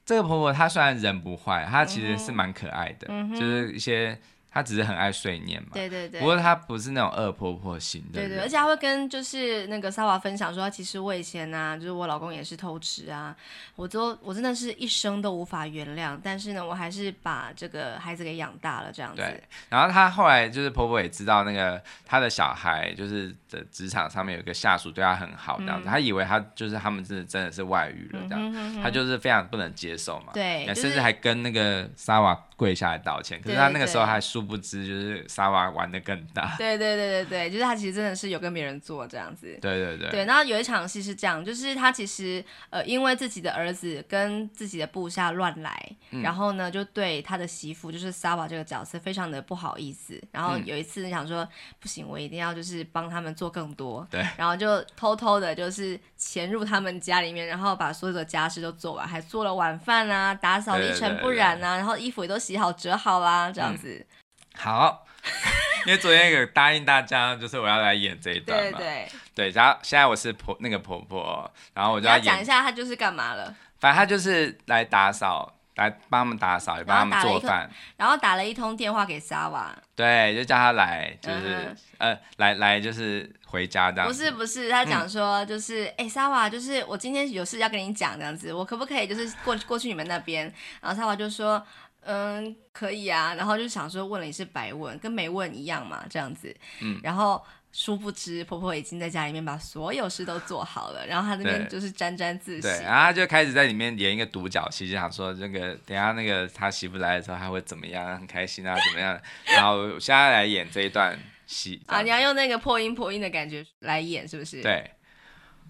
[SPEAKER 1] 这个婆婆她虽然人不坏，她其
[SPEAKER 2] 嗯
[SPEAKER 1] 实是蛮可爱的，就是一些她只是很爱碎念嘛。
[SPEAKER 2] 对对对
[SPEAKER 1] 不过她不是那种恶婆婆型的
[SPEAKER 2] 对
[SPEAKER 1] 人。
[SPEAKER 2] 对，而且还会跟就是那个萨瓦分享说，其实我以前啊，就是我老公也是偷吃啊，我都我真的是一生都无法原谅，但是呢，我还是把这个孩子给养大了这样子。
[SPEAKER 1] 对，然后她后来就是婆婆也知道那个她的小孩就是的职场上面有一个下属对她很好这
[SPEAKER 2] 嗯
[SPEAKER 1] 样子，她、以为她就是他们真的真的是外遇了这样，她、就是非常不能接受嘛。
[SPEAKER 2] 对
[SPEAKER 1] 也
[SPEAKER 2] 就是
[SPEAKER 1] 甚至还跟那个沙瓦跪下来道歉，可是她
[SPEAKER 2] 对
[SPEAKER 1] 那个时
[SPEAKER 2] 对
[SPEAKER 1] 候还殊不知就是沙瓦玩的更 大。
[SPEAKER 2] 对对对对对，就是他其实真的是有跟别人做这样子。
[SPEAKER 1] 对对对
[SPEAKER 2] 对，然后有一场戏是这样，就是他其实呃，因为自己的儿子跟自己的部下乱来，
[SPEAKER 1] 嗯
[SPEAKER 2] 然后呢，就对他的媳妇，就是 Sava 这个角色，非常的不好意思。
[SPEAKER 1] 嗯
[SPEAKER 2] 然后有一次想说，不行，我一定要就是帮他们做更多，
[SPEAKER 1] 对，
[SPEAKER 2] 然后就偷偷的，就是潜入他们家里面，然后把所有的家事都做完，还做了晚饭啊，打扫得
[SPEAKER 1] 对
[SPEAKER 2] 一
[SPEAKER 1] 对
[SPEAKER 2] 尘
[SPEAKER 1] 对
[SPEAKER 2] 不
[SPEAKER 1] 对
[SPEAKER 2] 染啊，然后衣服也都洗好折好啦、这样
[SPEAKER 1] 嗯
[SPEAKER 2] 子。
[SPEAKER 1] 好， 因为昨天有答应大家，就是我要来演这一段
[SPEAKER 2] 对对
[SPEAKER 1] 嘛。
[SPEAKER 2] 对，
[SPEAKER 1] 对然后现在我是婆那个婆婆，然后我
[SPEAKER 2] 你
[SPEAKER 1] 就
[SPEAKER 2] 要讲一
[SPEAKER 1] 演，
[SPEAKER 2] 下他就是干嘛了，
[SPEAKER 1] 反正她就是来打扫，来帮他们打扫，也帮他
[SPEAKER 2] 然
[SPEAKER 1] 们
[SPEAKER 2] 后打了
[SPEAKER 1] 做
[SPEAKER 2] 一个
[SPEAKER 1] 饭。
[SPEAKER 2] 然后打了一通电话给 Sava。
[SPEAKER 1] 对，就叫她来，就是、
[SPEAKER 2] 嗯
[SPEAKER 1] 呃，来来就是回家这样
[SPEAKER 2] 不
[SPEAKER 1] 子。嗯
[SPEAKER 2] 是不是，他讲说就是，哎、s a v a 就是我今天有事要跟你讲，这样子，我可不可以就是过过去你们那边？然后 Sava 就说，嗯，可以啊。然后就想说问了一是白问，跟没问一样嘛，这样子。嗯。然后殊不知婆婆已经在家里面把所有事都做好了，然后她那边
[SPEAKER 1] 对
[SPEAKER 2] 就是沾沾自喜
[SPEAKER 1] 对，。啊然后他就开始在里面演一个独角戏，就想说那个等一下那个他媳妇来的时候他会怎么样，很开心啊怎么样，然后现在来演这一段戏这
[SPEAKER 2] 啊，
[SPEAKER 1] 样
[SPEAKER 2] 你要用那个破音破音的感觉来演，是不是？，
[SPEAKER 1] 对，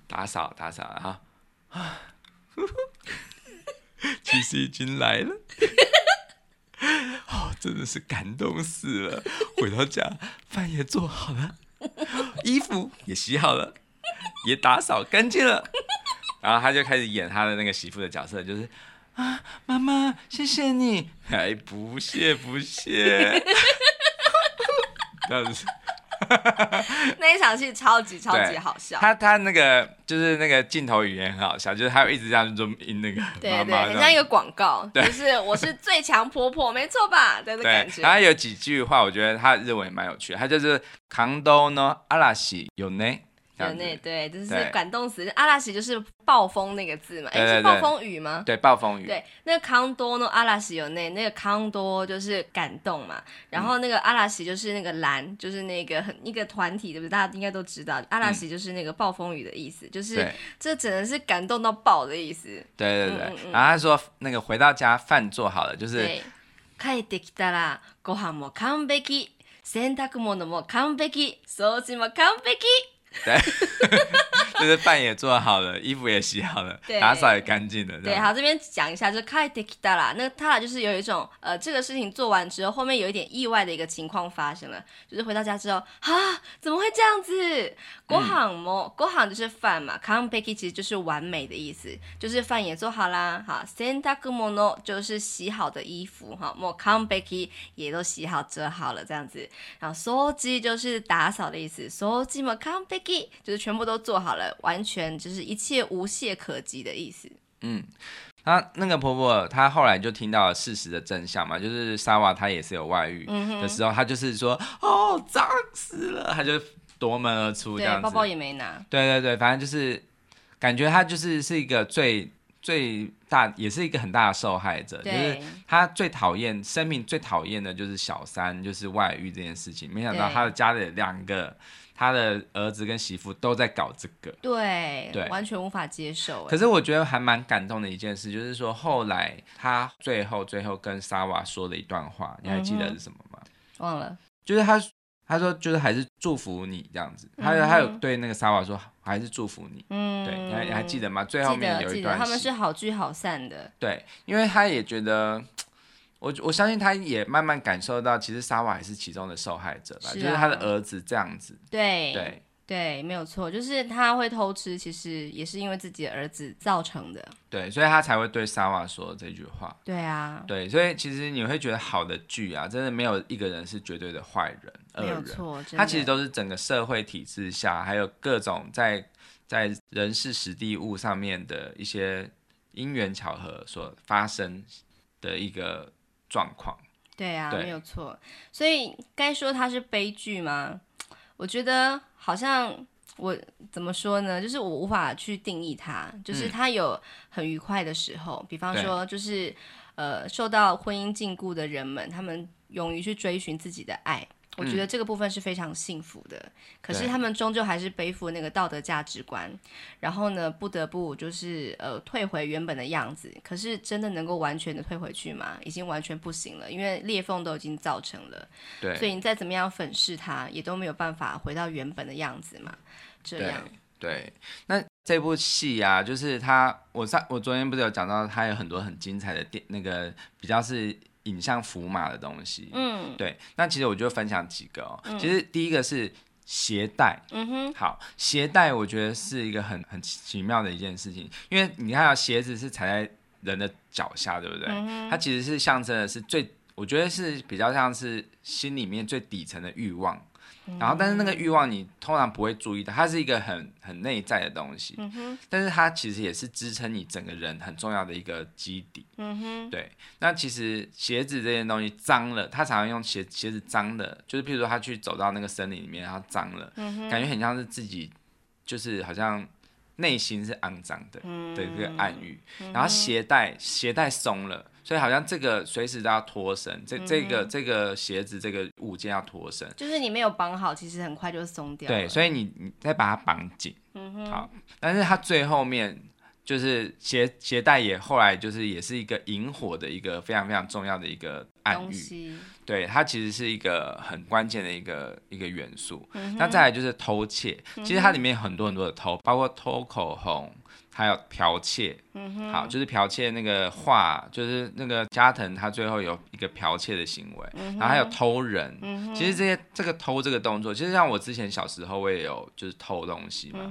[SPEAKER 1] 打扫打扫，然后啊， 其实已经来了。哦，真的是感动死了！回到家，饭也做好了，衣服也洗好了，也打扫干净了。然后他就开始演他的那个媳妇的角色，就是啊，妈妈，谢谢你，哎，不谢不 谢，这样子。
[SPEAKER 2] 那一场戏超级超级
[SPEAKER 1] 对
[SPEAKER 2] 好笑，
[SPEAKER 1] 他他那个就是那个镜头语言很好笑，就是他一直这样就音那个
[SPEAKER 2] 对
[SPEAKER 1] 妈
[SPEAKER 2] 对，
[SPEAKER 1] 妈
[SPEAKER 2] 很
[SPEAKER 1] 这
[SPEAKER 2] 像一
[SPEAKER 1] 样
[SPEAKER 2] 个广告，就是我是最强婆婆，没错吧？的那感
[SPEAKER 1] 对，
[SPEAKER 2] 觉。
[SPEAKER 1] 然后有几句话，我觉得他日文也蛮有趣的，他就是“扛刀呢阿拉西有呢”这
[SPEAKER 2] 有
[SPEAKER 1] 样子
[SPEAKER 2] 那，对，就是
[SPEAKER 1] 对
[SPEAKER 2] 感动死人。阿拉西就是暴风那个字嘛，哎，
[SPEAKER 1] 对对
[SPEAKER 2] 是暴
[SPEAKER 1] 对
[SPEAKER 2] 风雨吗？
[SPEAKER 1] 对，暴风雨，
[SPEAKER 2] 对，那个康多呢？阿拉西有那那个康多就是感动嘛，然
[SPEAKER 1] 嗯
[SPEAKER 2] 后那个阿拉西就是那个蓝，就是那个很一个团体，对不对？大家应该都知道，阿拉西就是那个暴风雨的意思，就是
[SPEAKER 1] 嗯对
[SPEAKER 2] 这只能是感动到爆的意思。
[SPEAKER 1] 对对对
[SPEAKER 2] 嗯嗯嗯
[SPEAKER 1] 然后他说那个回到家饭做好了，就是
[SPEAKER 2] 对，帰ってきたらご飯も完璧、洗濯物も完璧、掃除も完璧。
[SPEAKER 1] 对，就是饭也做好了，衣服也洗好了
[SPEAKER 2] 对，
[SPEAKER 1] 打扫也干净了，这
[SPEAKER 2] 对，
[SPEAKER 1] 样
[SPEAKER 2] 好，这边讲一下，就是帰ってきたら，那他就是有一种呃，这个事情做完之后，后面有一点意外的一个情况发生了，就是回到家之后，啊，怎么会这样
[SPEAKER 1] 嗯
[SPEAKER 2] 子？ご飯も、ご飯就是饭嘛，完璧其实就是完美的意思，就是饭也做好啦，好，洗濯物就是洗好的衣服哈，もう完璧也都洗好折好了这样子，然后掃除就是打扫的意思，掃除も完璧就是全部都做好了，完全就是一切无懈可击的意思。
[SPEAKER 1] 嗯，她那个婆婆，她后来就听到了事实的真相嘛，就是沙瓦她也是有外遇
[SPEAKER 2] 嗯
[SPEAKER 1] 的时候，她就是说哦脏死了，她就夺门而出这样
[SPEAKER 2] 对，
[SPEAKER 1] 子。
[SPEAKER 2] 包包也没拿，
[SPEAKER 1] 对对对，反正就是感觉她就是是一个最最大，也是一个很大的受害者，就是
[SPEAKER 2] 对
[SPEAKER 1] 她最讨厌生命最讨厌的就是小三，就是外遇这件事情。没想到
[SPEAKER 2] 对
[SPEAKER 1] 她的家里两个，她的儿子跟媳妇都在搞这个。
[SPEAKER 2] 对，
[SPEAKER 1] 对
[SPEAKER 2] 完全无法接受。
[SPEAKER 1] 可
[SPEAKER 2] 是，
[SPEAKER 1] 是我觉得还蛮感动的一件事，就是说后来他最后最后跟沙瓦说的一段话，你还记得是什么吗？
[SPEAKER 2] 欸忘了，
[SPEAKER 1] 嗯就是他他说就是还是祝福你这样子，他有
[SPEAKER 2] 嗯哼
[SPEAKER 1] 他有对那个沙瓦说还是祝福你，
[SPEAKER 2] 嗯，
[SPEAKER 1] 对，你还你还记得吗？最后
[SPEAKER 2] 记
[SPEAKER 1] 面
[SPEAKER 2] 得
[SPEAKER 1] 有
[SPEAKER 2] 记
[SPEAKER 1] 一
[SPEAKER 2] 得，
[SPEAKER 1] 段
[SPEAKER 2] 他们
[SPEAKER 1] 戏
[SPEAKER 2] 是好聚好散的，
[SPEAKER 1] 对，因为他也觉得。我我相信他也慢慢感受到，其实沙瓦也是其中的受害者吧，
[SPEAKER 2] 是
[SPEAKER 1] 就
[SPEAKER 2] 啊
[SPEAKER 1] 是他的儿子这样子，
[SPEAKER 2] 对
[SPEAKER 1] 对
[SPEAKER 2] 对没有错，就是他会偷吃，其实也是因为自己的儿子造成的。
[SPEAKER 1] 对，所以他才会对沙瓦说这句话。
[SPEAKER 2] 对啊，
[SPEAKER 1] 对，所以其实你会觉得好的剧啊，真的没有一个人是绝对的坏人、恶
[SPEAKER 2] 没有
[SPEAKER 1] 人，
[SPEAKER 2] 错，真的
[SPEAKER 1] 它其实都是整个社会体制下，还有各种在在人事实地物上面的一些因缘巧合所发生的一个状况。
[SPEAKER 2] 对啊，
[SPEAKER 1] 对
[SPEAKER 2] 没有错。所以该说它是悲剧吗？我觉得好像我怎么说呢？就是我无法去定义它，就是它有很愉快的时候，比方说就是呃受到婚姻禁锢的人们，他们勇于去追寻自己的爱。我觉得这个部分是非常幸福的，可
[SPEAKER 1] 嗯
[SPEAKER 2] 是
[SPEAKER 1] 对
[SPEAKER 2] 他们终究还是背负那个道德价值观，然后呢，不得不就是呃退回原本的样子。可是真的能够完全的退回去吗？已经完全不行了，因为裂缝都已经造成了，
[SPEAKER 1] 对，
[SPEAKER 2] 所以你再怎么样粉饰它，也都没有办法回到原本的样子嘛。这
[SPEAKER 1] 对
[SPEAKER 2] 样，
[SPEAKER 1] 对，那这部戏啊，就是它，我上我昨天不是有讲到，它有很多很精彩的电，那个比较是影像符码的东西。
[SPEAKER 2] 嗯
[SPEAKER 1] 对，那其实我就分享几个哦。其实第一个是鞋带，
[SPEAKER 2] 嗯哼，
[SPEAKER 1] 好，鞋带我觉得是一个很很奇妙的一件事情，因为你看到啊鞋子是踩在人的脚下，对不对？
[SPEAKER 2] 嗯
[SPEAKER 1] 它其实是象征的是最，我觉得是比较像是心里面最底层的欲望。
[SPEAKER 2] 嗯
[SPEAKER 1] 然后，但是那个欲望你通常不会注意到，它是一个很很内在的东西，
[SPEAKER 2] 嗯哼，
[SPEAKER 1] 但是它其实也是支撑你整个人很重要的一个基底。
[SPEAKER 2] 嗯哼，
[SPEAKER 1] 对，那其实鞋子这件东西脏了，他常常用鞋鞋子脏的，就是譬如说他去走到那个森林里面，然后脏了，感觉很像是自己就是好像内心是肮脏的的这个暗喻。然后鞋带鞋带松了，所以好像这个随时都要脱身，这这个这个鞋子这个物件要脱身。
[SPEAKER 2] 就是你没有绑好，其实很快就松掉了。嗯
[SPEAKER 1] 对，所以你你再把它绑紧，好。但是它最后面就是鞋鞋带也后来就是也是一个引火的一个非常非常重要的一个暗
[SPEAKER 2] 东
[SPEAKER 1] 喻，
[SPEAKER 2] 西
[SPEAKER 1] 对，它其实是一个很关键的一个一个元素。那再来就是偷窃，其实它里面有很多很多的偷，包括偷口红，还有剽窃。好，就是剽窃那个画，就是那个加藤他最后有一个剽窃的行为，然后还有偷人。其实这些这个偷这个动作，其实像我之前小时候我也有就是偷东西嘛。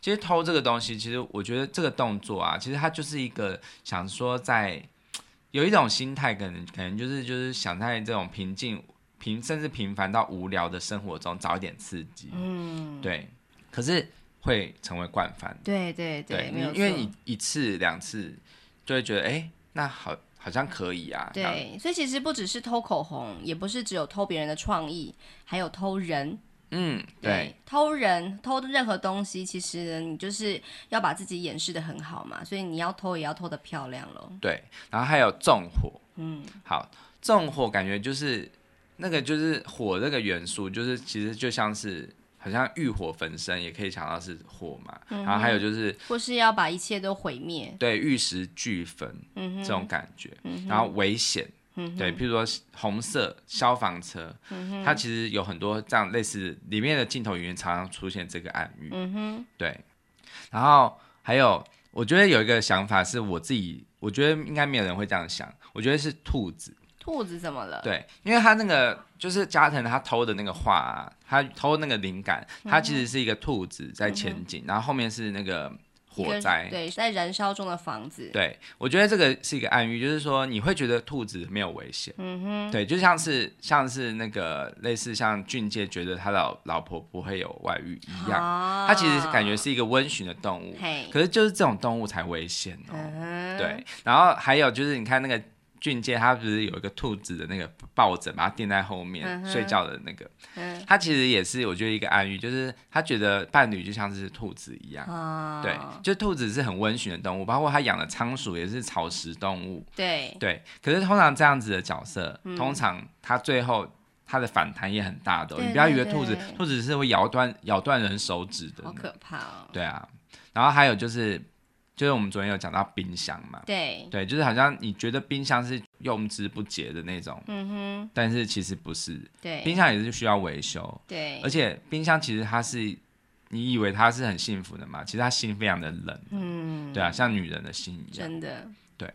[SPEAKER 1] 其实偷这个东西，其实我觉得这个动作啊，其实它就是一个想说在有一种心态，可能可能就是就是想在这种平静、平甚至平凡到无聊的生活中找一点刺激，嗯，对。可是会成为惯犯，
[SPEAKER 2] 对对对，没
[SPEAKER 1] 你
[SPEAKER 2] 有
[SPEAKER 1] 因为
[SPEAKER 2] 错
[SPEAKER 1] 你一次两次就会觉得，哎、那好好像可以啊，这样
[SPEAKER 2] 对，所以其实不只是偷口红，也不是只有偷别人的创意，还有偷人。
[SPEAKER 1] 嗯，对，
[SPEAKER 2] 偷人偷任何东西，其实你就是要把自己掩饰的很好嘛，所以你要偷也要偷的漂亮咯。
[SPEAKER 1] 对，然后还有纵火，嗯，好，纵火感觉就是那个就是火这个元素，就是其实就像是好像欲火焚身，也可以想到是火嘛，
[SPEAKER 2] 嗯
[SPEAKER 1] 然后还有就是
[SPEAKER 2] 或是要把一切都毁灭。
[SPEAKER 1] 对玉石俱焚、
[SPEAKER 2] 嗯
[SPEAKER 1] 这种感觉，然后危险。对，譬如说红色消防车，它其实有很多这样类似里面的镜头语言常常出现这个暗喻。
[SPEAKER 2] 嗯
[SPEAKER 1] 对，然后还有，我觉得有一个想法是我自己，我觉得应该没有人会这样想，我觉得是兔子。
[SPEAKER 2] 兔子怎么了？
[SPEAKER 1] 对，因为他那个就是加藤他偷的那个画、啊，他偷那个灵感，他其实是一个兔子在前进，然后后面是那个
[SPEAKER 2] 一个
[SPEAKER 1] 火灾。
[SPEAKER 2] 对，在燃烧中的房子。
[SPEAKER 1] 对，我觉得这个是一个暗喻，就是说你会觉得兔子没有危险，嗯哼，对，就像是像是那个类似像俊介觉得他老老婆不会有外遇一样，
[SPEAKER 2] 啊
[SPEAKER 1] 它其实是感觉是一个温驯的动物，
[SPEAKER 2] 嘿，
[SPEAKER 1] 可是就是这种动物才危险哦，
[SPEAKER 2] 嗯，
[SPEAKER 1] 对，然后还有就是你看那个俊介，他不是有一个兔子的那个抱枕，把它垫在后面、
[SPEAKER 2] 嗯哼
[SPEAKER 1] 睡觉的那个，
[SPEAKER 2] 嗯
[SPEAKER 1] 他其实也是我觉得一个暗喻，就是他觉得伴侣就像是兔子一样。
[SPEAKER 2] 啊，
[SPEAKER 1] 对，就兔子是很温驯的动物，包括它养的仓鼠也是草食动物。
[SPEAKER 2] 对
[SPEAKER 1] 对，可是通常这样子的角色，
[SPEAKER 2] 嗯
[SPEAKER 1] 通常它最后它的反弹也很大的哦、
[SPEAKER 2] 对
[SPEAKER 1] 你不要以为
[SPEAKER 2] 对
[SPEAKER 1] 兔子
[SPEAKER 2] 对，
[SPEAKER 1] 兔子是会咬断咬断人手指的
[SPEAKER 2] 好。可怕哦。
[SPEAKER 1] 对啊，然后还有就是，就是我们昨天有讲到冰箱嘛，
[SPEAKER 2] 对，
[SPEAKER 1] 对，就是好像你觉得冰箱是用之不竭的那种，
[SPEAKER 2] 嗯哼，
[SPEAKER 1] 但是其实不是，冰
[SPEAKER 2] 对，
[SPEAKER 1] 箱也是需要维修，
[SPEAKER 2] 对
[SPEAKER 1] 而，且冰箱其实它是，你以为它是很幸福的嘛，其实它心非常的冷。
[SPEAKER 2] 嗯，
[SPEAKER 1] 对啊，像女人的心一样。
[SPEAKER 2] 真的，
[SPEAKER 1] 对，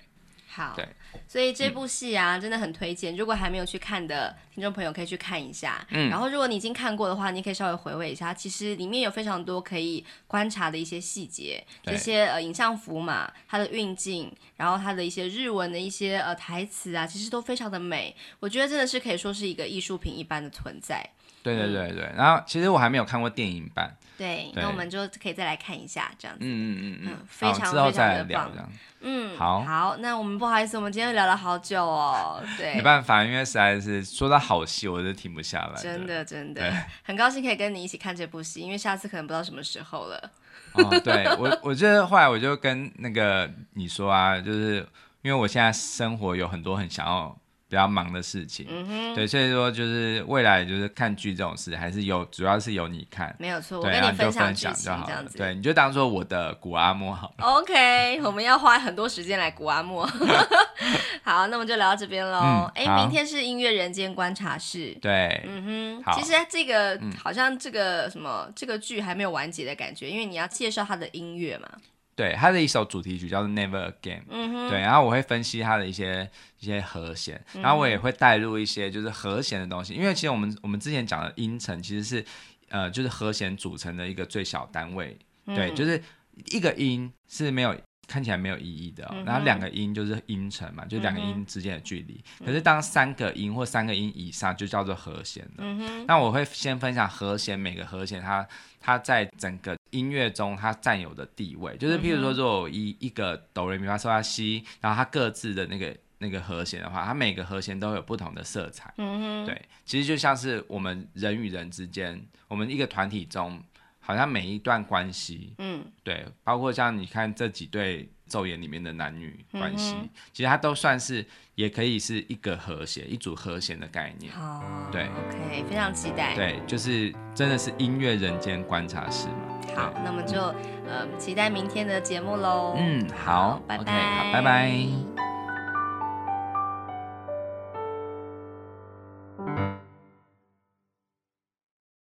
[SPEAKER 2] 好，
[SPEAKER 1] 对，
[SPEAKER 2] 所以这部戏啊，真的很推荐，如果还没有去看的听众朋友可以去看一下。嗯，然后如果你已经看过的话，你可以稍微回味一下，其实里面有非常多可以观察的一些细节，
[SPEAKER 1] 对
[SPEAKER 2] 这些呃影像符码、它的运镜，然后它的一些日文的一些呃台词啊，其实都非常的美。我觉得真的是可以说是一个艺术品一般的存在。
[SPEAKER 1] 对对对对。然后其实我还没有看过电影版。
[SPEAKER 2] 对，
[SPEAKER 1] 对
[SPEAKER 2] 那我们就可以再来看一下这样子。
[SPEAKER 1] 嗯嗯嗯嗯
[SPEAKER 2] 嗯。非
[SPEAKER 1] 好
[SPEAKER 2] 常
[SPEAKER 1] 之后
[SPEAKER 2] 非常
[SPEAKER 1] 再来
[SPEAKER 2] 地
[SPEAKER 1] 聊
[SPEAKER 2] 棒
[SPEAKER 1] 这样。
[SPEAKER 2] 嗯，
[SPEAKER 1] 好
[SPEAKER 2] 好，那我们不好意思，我们今天聊了好久哦。对，
[SPEAKER 1] 没办法，因为实在是说到好戏，我就停不下来。
[SPEAKER 2] 真
[SPEAKER 1] 的。
[SPEAKER 2] 的真
[SPEAKER 1] 对
[SPEAKER 2] 的，很高兴可以跟你一起看这部戏，因为下次可能不知道什么时候了。
[SPEAKER 1] 哦，对我，我觉得后来我就跟那个你说啊，就是因为我现在生活有很多很想要比较忙的事情，
[SPEAKER 2] 嗯哼，
[SPEAKER 1] 对，所以说就是未来就是看剧这种事，还是由主要是由你看。
[SPEAKER 2] 没有错，嗯我
[SPEAKER 1] 对，
[SPEAKER 2] 跟
[SPEAKER 1] 然后
[SPEAKER 2] 你
[SPEAKER 1] 你就
[SPEAKER 2] 享
[SPEAKER 1] 分
[SPEAKER 2] 剧
[SPEAKER 1] 享
[SPEAKER 2] 情
[SPEAKER 1] 就好
[SPEAKER 2] 这样
[SPEAKER 1] 了。
[SPEAKER 2] 子。
[SPEAKER 1] 对，你就当做我的古阿莫好了。
[SPEAKER 2] OK，我们要花很多时间来古阿莫。 好，那我们就聊到这边喽
[SPEAKER 1] 嗯。
[SPEAKER 2] 哎、
[SPEAKER 1] 好
[SPEAKER 2] 明天是音乐人间观察室。
[SPEAKER 1] 对，
[SPEAKER 2] 嗯
[SPEAKER 1] 好
[SPEAKER 2] 哼，其实这个、好像这个什么这个剧还没有完结的感觉，因为你要介绍它的音乐嘛。
[SPEAKER 1] 对，他的一首主题曲叫做《Never
[SPEAKER 2] 嗯
[SPEAKER 1] Again》，对，然后我会分析他的一些一些和弦，然后我也会带入一些就是和弦的东西，因为其实我们我们之前讲的音程其实是呃就是和弦组成的一个最小单位，
[SPEAKER 2] 嗯
[SPEAKER 1] 对，就是一个音是没有。看起来没有意义的哦、然后两个音就是音程嘛，就是两个音之间的距离。可是当三个音或三个音以上，就叫做和弦了。
[SPEAKER 2] 嗯
[SPEAKER 1] 那我会先分享和弦，每个和弦它它在整个音乐中它占有的地位，就是譬如说，如果有一一个哆来咪发嗦拉西，然后它各自的那个那个和弦的话，它每个和弦都有不同的色彩。
[SPEAKER 2] 嗯
[SPEAKER 1] 对，其实就像是我们人与人之间，我们一个团体中，好像每一段关系，
[SPEAKER 2] 哼，嗯，
[SPEAKER 1] 对，包括像你看这几对昼颜里面的男女关系，
[SPEAKER 2] 嗯哼
[SPEAKER 1] 其实它都算是也可以是一个和谐，一组和弦的概念。
[SPEAKER 2] 好，
[SPEAKER 1] 对
[SPEAKER 2] ，OK，非常期待。
[SPEAKER 1] 对，就是真的是音乐人间观察室嘛。
[SPEAKER 2] 好，那我们就呃期待明天的节目喽。
[SPEAKER 1] 嗯，好
[SPEAKER 2] 拜
[SPEAKER 1] o
[SPEAKER 2] 拜
[SPEAKER 1] k 好，拜拜。